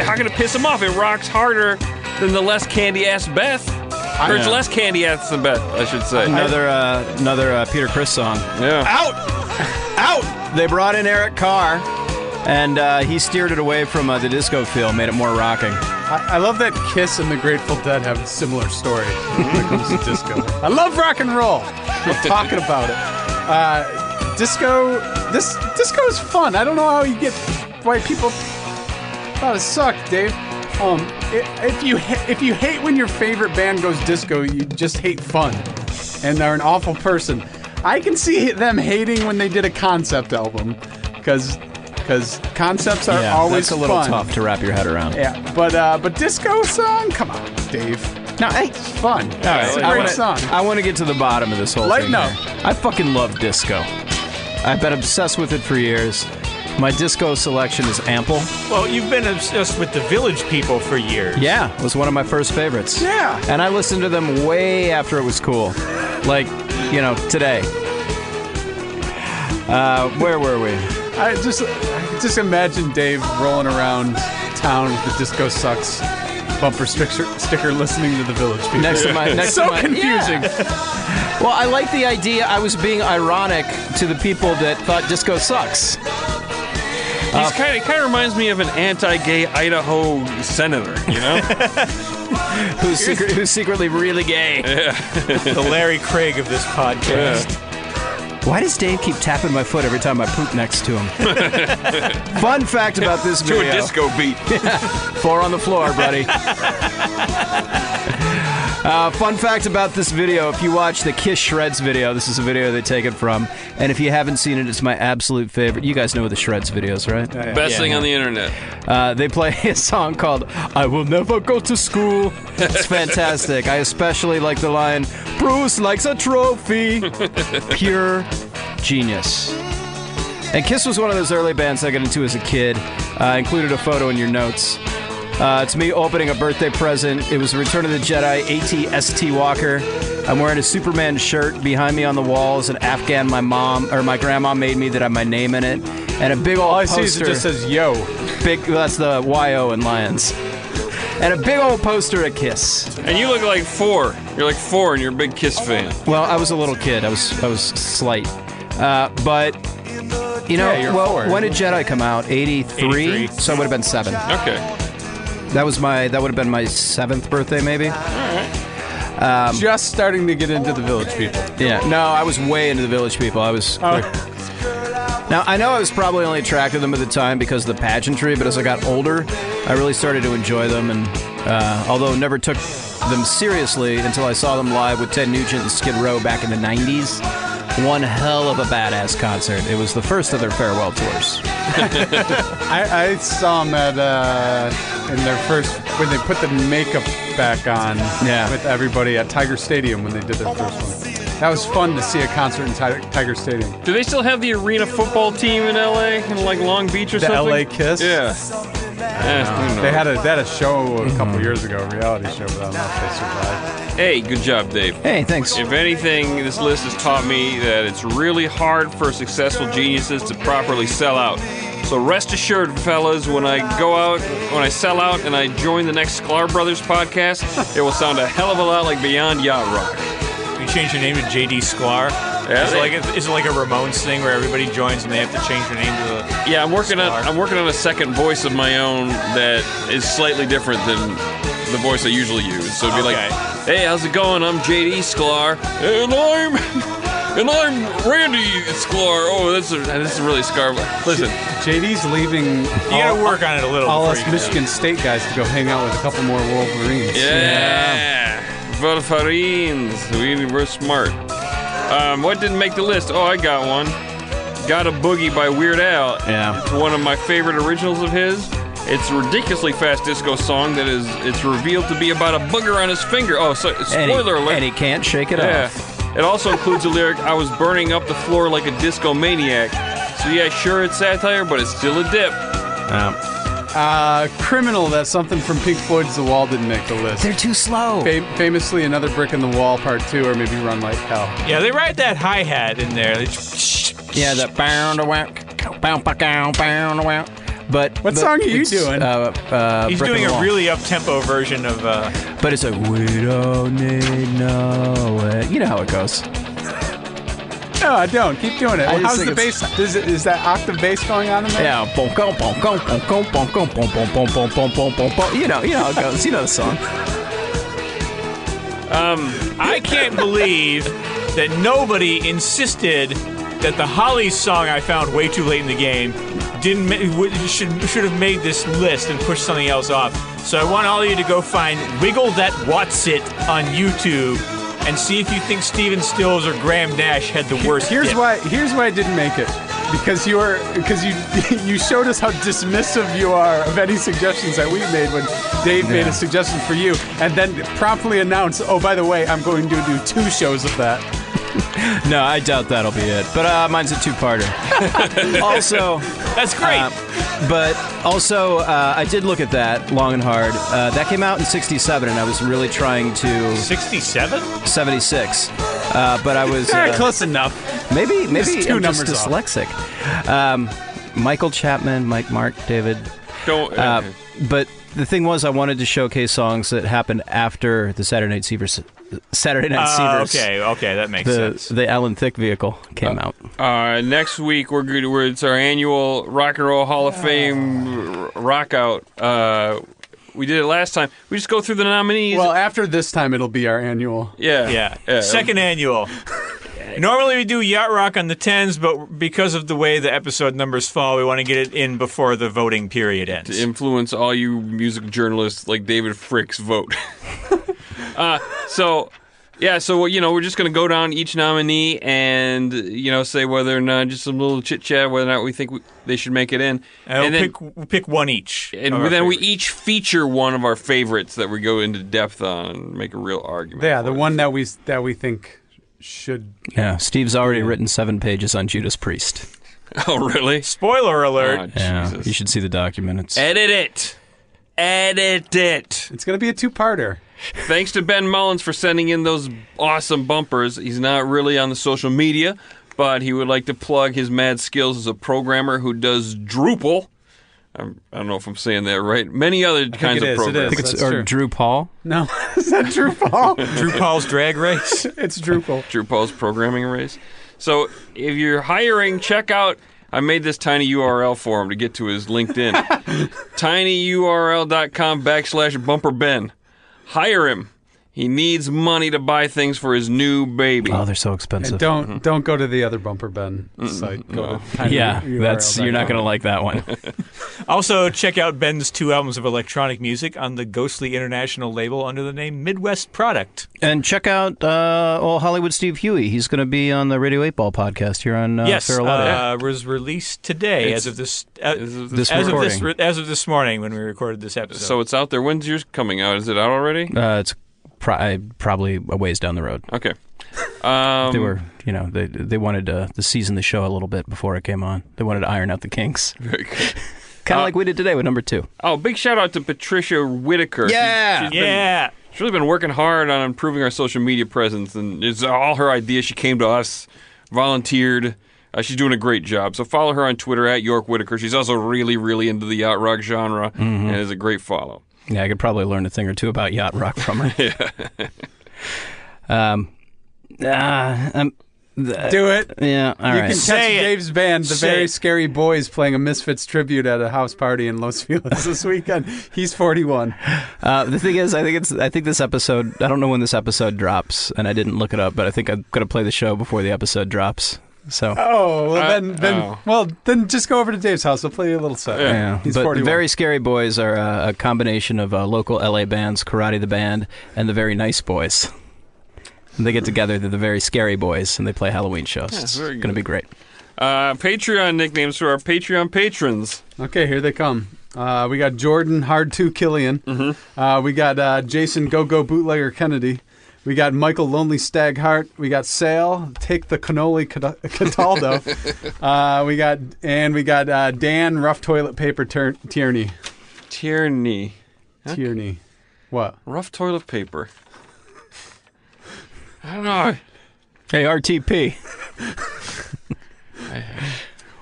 Speaker 4: How can it piss them off? It rocks harder than the less candy ass Beth. Or it's
Speaker 2: Yeah.
Speaker 4: less candy ass than Beth, I should say.
Speaker 2: Another uh, another uh, Peter Chris song.
Speaker 4: Yeah.
Speaker 2: Out, out. They brought in Eric Carr, and uh, he steered it away from uh, the disco feel, made it more rocking.
Speaker 3: I, I love that Kiss and the Grateful Dead have a similar story when it comes to disco. I love rock and roll. We're talking about it. Uh, disco. This disco is fun. I don't know how you get why people thought it sucked, Dave. Um, i- if you ha- if you hate when your favorite band goes disco, you just hate fun, and they're an awful person. I can see them hating when they did a concept album, because because concepts are always
Speaker 2: that's a little
Speaker 3: fun.
Speaker 2: tough to wrap your head around.
Speaker 3: Yeah, but uh, but disco song, come on, Dave.
Speaker 2: No, hey,
Speaker 3: It's fun.
Speaker 2: all right.
Speaker 3: it's a
Speaker 2: I
Speaker 3: great
Speaker 2: wanna,
Speaker 3: song.
Speaker 2: I want to get to the bottom of this whole
Speaker 3: Lighten
Speaker 2: thing.
Speaker 3: up.
Speaker 2: here. I fucking love disco. I've been obsessed with it for years. My disco selection is ample.
Speaker 5: Well, you've been obsessed with the Village People for years.
Speaker 2: Yeah, it was one of my first favorites.
Speaker 3: Yeah.
Speaker 2: And I listened to them way after it was cool. Like, you know, today. Uh, where were we?
Speaker 3: I just I just imagine Dave rolling around town with the disco sucks bumper sticker, sticker listening to the Village People.
Speaker 2: Next to my next
Speaker 3: so
Speaker 2: to my
Speaker 3: confusing.
Speaker 2: Yeah. Well, I like the idea I was being ironic to the people that thought disco sucks.
Speaker 4: He's kind of kind of reminds me of an anti-gay Idaho senator. You know,
Speaker 2: Who's, secret, who's secretly really gay.
Speaker 5: The Larry Craig of this podcast.
Speaker 2: Why does Dave keep tapping my foot every time I poop next to him? Fun fact about this
Speaker 4: to
Speaker 2: video.
Speaker 4: a disco beat.
Speaker 2: Four on the floor, buddy. Uh, fun fact about this video if you watch the Kiss Shreds video, this is a video they take it from. And if you haven't seen it, it's my absolute favorite. You guys know the Shreds videos, right?
Speaker 4: Best thing on the internet.
Speaker 2: Uh, they play a song called I Will Never Go to School. It's fantastic. I especially like the line Bruce likes a trophy. Pure genius. And Kiss was one of those early bands I got into as a kid. Uh, I included a photo in your notes. Uh, it's me opening a birthday present. It was the Return of the Jedi ATST Walker. I'm wearing a Superman shirt. Behind me on the wall is an Afghan my mom or my grandma made me that had my name in it. And a big old
Speaker 3: All Oh, I see
Speaker 2: poster
Speaker 3: is it just says yo.
Speaker 2: big that's the YO in Lions. And a big old poster of Kiss.
Speaker 4: And you look like four. You're like four, and you're a big Kiss fan.
Speaker 2: Well, I was a little kid. I was I was slight. Uh, but you know,
Speaker 3: Yeah, you're
Speaker 2: well,
Speaker 3: forward.
Speaker 2: when did Jedi come out? 83?
Speaker 5: 83.
Speaker 2: So I would have been 7.
Speaker 4: Okay.
Speaker 2: That was my that would have been my 7th birthday maybe.
Speaker 3: just starting to get into the Village People.
Speaker 2: Yeah. No, I was way into the Village People. I was
Speaker 3: Oh.
Speaker 2: Now, I know I was probably only attracted to them at the time because of the pageantry, but as I got older, I really started to enjoy them, and uh, although never took them seriously until I saw them live with Ted Nugent and Skid Row back in the 90s. One hell of a badass concert. It was the first of their farewell tours.
Speaker 3: I, I saw them at uh, in their first when they put the makeup back on
Speaker 2: Yeah.
Speaker 3: with everybody at Tiger Stadium when they did their first one. That was fun to see a concert in Ti- Tiger Stadium.
Speaker 4: Do they still have the arena football team in LA in like Long Beach or
Speaker 3: The
Speaker 4: something?
Speaker 3: LA Kiss?
Speaker 4: Yeah. Eh, who knows?
Speaker 3: They had a they had a show a couple years ago, a reality show, but I don't know if they survived.
Speaker 4: hey, good job, Dave.
Speaker 2: Hey, thanks.
Speaker 4: If anything, this list has taught me that it's really hard for successful geniuses to properly sell out. So rest assured, fellas, when I go out, when I sell out and I join the next Sklar Brothers podcast, it will sound a hell of a lot like Beyond Yacht Rock.
Speaker 5: You change your name to JD Sklar.
Speaker 4: Yeah,
Speaker 5: is, it
Speaker 4: they-
Speaker 5: like a, is it like a Ramones thing where everybody joins and they have to change their name to the.
Speaker 4: Yeah, I'm working on
Speaker 5: Sklar.
Speaker 4: I'm working on a second voice of my own that is slightly different than the voice I usually use. So it'd be
Speaker 5: Okay.
Speaker 4: like, "Hey, how's it going? I'm JD Sklar, and I'm And I'm Randy Sklar. Oh, that's a, this is really Scar. Listen,
Speaker 3: JD's leaving.
Speaker 5: You gotta work on it a little.
Speaker 3: all
Speaker 5: before
Speaker 3: us
Speaker 5: you can-
Speaker 3: Michigan State guys to go hang out with a couple more Wolverines.
Speaker 4: yeah, Wolverines. We were smart. Um, what didn't make the list? Oh, I got one. Got a boogie by Weird Al.
Speaker 2: Yeah.
Speaker 4: It's one of my favorite originals of his. It's a ridiculously fast disco song that is. It's revealed to be about a booger on his finger. Oh, so,
Speaker 2: And
Speaker 4: spoiler
Speaker 2: he,
Speaker 4: alert.
Speaker 2: and he can't shake it
Speaker 4: Yeah.
Speaker 2: off.
Speaker 4: It also includes the lyric, I was burning up the floor like a disco maniac. So yeah, sure it's satire, but it's still a dip.
Speaker 3: Uh, criminal. That's something from Pink Floyd's The Wall didn't make the list.
Speaker 2: They're too slow.
Speaker 3: Fam- famously, another brick in the wall, part two, or maybe Run Like Hell.
Speaker 5: Yeah, they ride that hi hat in there. They just-
Speaker 2: Yeah, that bound around, bound bound bound around. But
Speaker 3: What
Speaker 2: but
Speaker 3: song are you
Speaker 2: it's,
Speaker 3: doing?
Speaker 2: Uh, uh,
Speaker 5: He's
Speaker 2: Brick in
Speaker 5: doing
Speaker 2: the
Speaker 5: a
Speaker 2: Wall.
Speaker 5: really up tempo version of. Uh,
Speaker 2: But it's like we don't need no. e-" You know how it goes.
Speaker 3: No, I don't. Keep doing it.
Speaker 2: I just
Speaker 3: How's
Speaker 2: think
Speaker 3: the
Speaker 2: it's-
Speaker 3: bass? Is, it, is that octave bass going on in there?
Speaker 2: Yeah, bonk, bonk, bonk, bonk, bonk, bonk, bonk, bonk, bonk, bonk, bonk, bonk, bonk, bonk, bonk. You know, you know how it goes. You know the song.
Speaker 5: I can't believe that nobody insisted that the Hollies song I found way too late in the game didn't ma- would- should should have made this list and pushed something else off. So I want all of you to go find Wiggle That Watsit on YouTube and see if you think Steven Stills or Graham Nash had the worst.
Speaker 3: Here's
Speaker 5: dip.
Speaker 3: why. Here's why I didn't make it. Because you were, because you, you showed us how dismissive you are of any suggestions that we made when Dave made a suggestion for you, and then promptly announced, "Oh, by the way, I'm going to do two shows of that."
Speaker 2: No, I doubt that'll be it. But uh, mine's a two-parter. also,
Speaker 5: That's great.
Speaker 2: Uh, but also, uh, I did look at that long and hard. Uh, that came out in '67, and I was really trying to
Speaker 5: 67?
Speaker 2: '76. Uh, but I was
Speaker 3: All right,
Speaker 2: uh,
Speaker 3: close enough.
Speaker 2: maybe maybe
Speaker 3: Just two
Speaker 2: I'm just
Speaker 3: numbers off.
Speaker 2: dyslexic. Um, Michael Chapman, Mike, Mark, David.
Speaker 4: Don't
Speaker 2: Uh, but the thing was, I wanted to showcase songs that happened after the Saturday Night Seavers. Saturday Night
Speaker 5: Uh,
Speaker 2: Seavers.
Speaker 5: okay, okay, that makes
Speaker 2: The
Speaker 5: sense.
Speaker 2: the Alan Thick vehicle came
Speaker 3: Oh,
Speaker 2: out.
Speaker 4: uh, next week we're good we're it's our annual Rock and Roll Hall of Fame r- rock out. Uh, we did it last time. We just go through the nominees.
Speaker 3: Well, after this time, it'll be our annual.
Speaker 4: yeah.
Speaker 5: Yeah. Second annual. Normally we do yacht rock on the tens, but because of the way the episode numbers fall, we want to get it in before the voting period ends.
Speaker 4: to influence all you music journalists like David Frick's vote. uh, so, yeah, so you know, we're just going to go down each nominee and you know say whether or not just some little chit chat whether or not we think we, they should make it in,
Speaker 5: And,
Speaker 4: and
Speaker 5: we'll
Speaker 4: then
Speaker 5: pick, we'll pick one each.
Speaker 4: and
Speaker 5: of our
Speaker 4: then we
Speaker 5: favorites.
Speaker 4: each feature one of our favorites that we go into depth on and make a real argument.
Speaker 3: Yeah, the
Speaker 4: for.
Speaker 3: one that we that we think should.
Speaker 2: Yeah, Steve's already written seven pages on Judas Priest.
Speaker 4: oh, really?
Speaker 5: Spoiler alert.
Speaker 4: Oh,
Speaker 2: Yeah,
Speaker 4: Jesus.
Speaker 2: you should see the document. It's
Speaker 4: Edit it. Edit it.
Speaker 3: It's gonna be a two-parter.
Speaker 4: Thanks to Ben Mullins for sending in those awesome bumpers. He's not really on the social media, but he would like to plug his mad skills as a programmer who does Drupal. I'm, I don't know if I'm saying that right. Many other
Speaker 3: it
Speaker 4: kinds of
Speaker 3: is, it
Speaker 4: programs.
Speaker 3: is.
Speaker 2: it's
Speaker 3: That's
Speaker 2: or
Speaker 3: true.
Speaker 2: Drew Paul.
Speaker 3: No, is that Drupal?
Speaker 4: Oh,
Speaker 5: Drew Paul's drag race.
Speaker 3: it's Drupal.
Speaker 4: Drupal's programming race. So if you're hiring, check out. I made this tiny URL for him to get to his LinkedIn. tinyurl.com backslash bumper Ben. Hire him. He needs money to buy things for his new baby.
Speaker 2: Oh, they're so expensive.
Speaker 3: Don't don't go to the other bumper Ben site. Go to tiny
Speaker 2: yeah,
Speaker 3: URL
Speaker 2: that's
Speaker 3: dot
Speaker 2: you're not
Speaker 3: com.
Speaker 2: gonna like that one.
Speaker 5: also, check out Ben's two albums of electronic music on the Ghostly International label under the name Midwest Product.
Speaker 2: and check out uh, old Hollywood Steve Huey. He's gonna be on the Radio Eight Ball podcast here on uh,
Speaker 5: yes,
Speaker 2: Feral Audio.
Speaker 5: uh, was released today as of this uh,
Speaker 4: This is-
Speaker 2: This
Speaker 5: as of this
Speaker 2: recording.
Speaker 5: re- as of this morning when we recorded this episode.
Speaker 4: So it's out there. When's yours coming out? Is it out already?
Speaker 2: Uh, it's pro- I- probably a ways down the road.
Speaker 4: Okay. Um,
Speaker 2: They were, you know, they they wanted to, to season the show a little bit before it came on. They wanted to iron out the kinks,
Speaker 4: very good.
Speaker 2: kind of like we did today with number two.
Speaker 4: Oh, big shout out to Patricia Whitaker.
Speaker 2: Yeah.
Speaker 4: She's, she's been-
Speaker 5: yeah.
Speaker 4: She's really been working hard on improving our social media presence, and it's all her idea. She came to us, volunteered. Uh, she's doing a great job. So follow her on Twitter at York Whitaker. She's also really, really into the yacht rock genre,
Speaker 3: Mm-hmm.
Speaker 4: and is a great follow.
Speaker 2: Yeah, I could probably learn a thing or two about yacht rock from her. um, uh, um,
Speaker 3: Do it.
Speaker 2: Yeah, all
Speaker 3: you
Speaker 2: right.
Speaker 3: can
Speaker 5: Say
Speaker 3: catch
Speaker 5: it.
Speaker 3: Dave's band, the
Speaker 5: Say
Speaker 3: Very
Speaker 5: it.
Speaker 3: Scary Boys, playing a Misfits tribute at a house party in Los Feliz this weekend. He's 41.
Speaker 2: Uh, the thing is, I think it's. I think this episode. I don't know when this episode drops, and I didn't look it up, but I think I'm gonna play the show before the episode drops. So
Speaker 3: Oh, well,
Speaker 4: Uh,
Speaker 3: then, then,
Speaker 4: oh.
Speaker 3: well, then just go over to Dave's house. He'll play you a little set.
Speaker 2: Yeah,
Speaker 3: He's
Speaker 2: but
Speaker 3: 41.
Speaker 2: the very scary boys are uh, a combination of uh, local LA bands, Karate the Band, and the Very Nice Boys. And they get together, they're the Very Scary Boys, and they play Halloween shows. it's
Speaker 4: very
Speaker 2: going to be great.
Speaker 4: Uh, Patreon nicknames for our Patreon patrons.
Speaker 3: Okay, here they come. Uh, we got Jordan Hard Two Killian.
Speaker 5: Mm-hmm.
Speaker 3: Uh, we got uh, Jason Go Go Bootlegger Kennedy. We got Michael Lonely Stag Hart. We got Sale Take the Cannoli Cata- Cataldo. uh, we got and we got uh, Dan Rough Toilet Paper Tur- Tierney.
Speaker 4: Tierney.
Speaker 3: Tierney. What?
Speaker 4: Rough toilet paper. I don't know.
Speaker 2: Hey, RTP.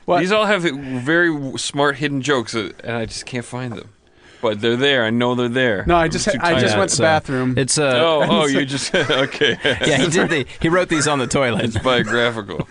Speaker 3: What?
Speaker 4: These all have very w- smart hidden jokes, uh, and I just can't find them. But they're there. I know they're there.
Speaker 3: No, I
Speaker 4: I'm
Speaker 3: just
Speaker 4: too
Speaker 3: I
Speaker 4: tired.
Speaker 3: just went to the
Speaker 2: so-
Speaker 3: bathroom.
Speaker 2: It's uh,
Speaker 4: Oh, oh, you just okay.
Speaker 2: yeah, he did. The, he wrote these on the toilet.
Speaker 4: It's biographical.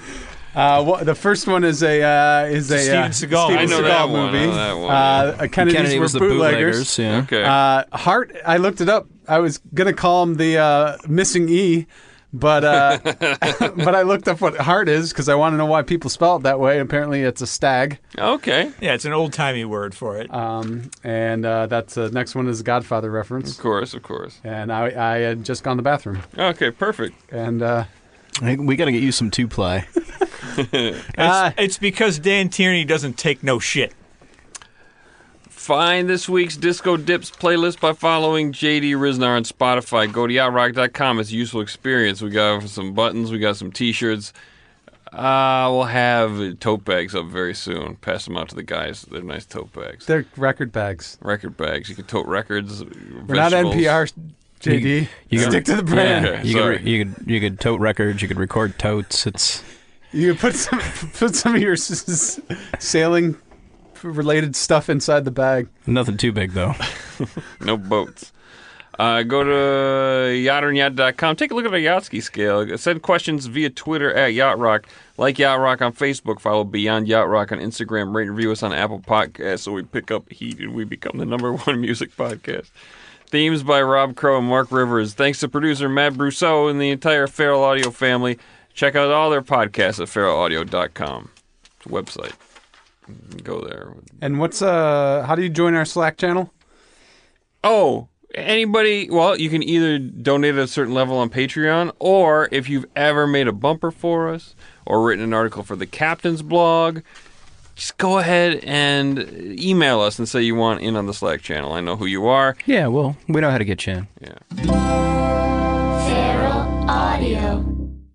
Speaker 3: Uh, wha- the first one is a uh, is a uh,
Speaker 5: Steven Seagal.
Speaker 3: Steven
Speaker 5: I
Speaker 4: know
Speaker 3: Seagal
Speaker 4: that one, I
Speaker 3: movie.
Speaker 4: know that one,
Speaker 3: Uh, Kennedy's
Speaker 2: Kennedy
Speaker 3: were
Speaker 2: was the bootleggers. yeah.
Speaker 4: Okay.
Speaker 3: Uh, Hart, I looked it up. I was gonna call him the uh, missing E, but uh, but I looked up what Hart is because I want to know why people spell it that way. Apparently, it's a stag,
Speaker 4: okay. Of
Speaker 5: Yeah, it's an old timey word for it.
Speaker 3: um, and uh, that's the next one is a Godfather reference.
Speaker 4: course, of course.
Speaker 3: And I, I had just gone to the bathroom,
Speaker 4: Okay, perfect.
Speaker 3: and uh,
Speaker 2: I think we got to get you some two ply.
Speaker 3: uh,
Speaker 5: it's because Dan Tierney doesn't take no shit.
Speaker 4: Find this week's Disco Dips playlist by following JD Riznar on Spotify. Go to yacht.rock.com. It's a useful experience. We got some buttons, we got some t shirts. Uh, we'll have tote bags up very soon. Pass them out to the guys. They're nice tote bags.
Speaker 3: they're record bags.
Speaker 4: Record bags. You can tote records.
Speaker 3: We're not NPR, JD.
Speaker 2: You can-
Speaker 3: Stick to the brand.
Speaker 4: Okay,
Speaker 2: you, could
Speaker 4: sorry.
Speaker 2: re- you could you could tote records. You could record totes. It's
Speaker 3: You could put some put some of your s- s- sailing related stuff inside the bag.
Speaker 2: nothing too big though.
Speaker 4: No boats. Uh, go to yachternyat.com. Take a look at our Yachtsky scale. Send questions via Twitter at Yacht Rock. Like Yacht Rock on Facebook. Follow Beyond Yacht Rock on Instagram. Rate and review us on Apple Podcasts so we pick up heat and we become the number one music podcast. Themes by Rob Crow and Mark Rivers. Thanks to producer Matt Brousseau and the entire Feral Audio family. Check out all their podcasts at feralaudio.com. It's a website. Go there.
Speaker 3: And what's uh? How do you join our Slack channel?
Speaker 4: Oh, anybody? Well, you can either donate at a certain level on Patreon, or if you've ever made a bumper for us or written an article for the captain's blog, just go ahead and email us and say you want in on the Slack channel. I know who you are.
Speaker 2: Yeah, well, we know how to get you in.
Speaker 1: Feral Audio.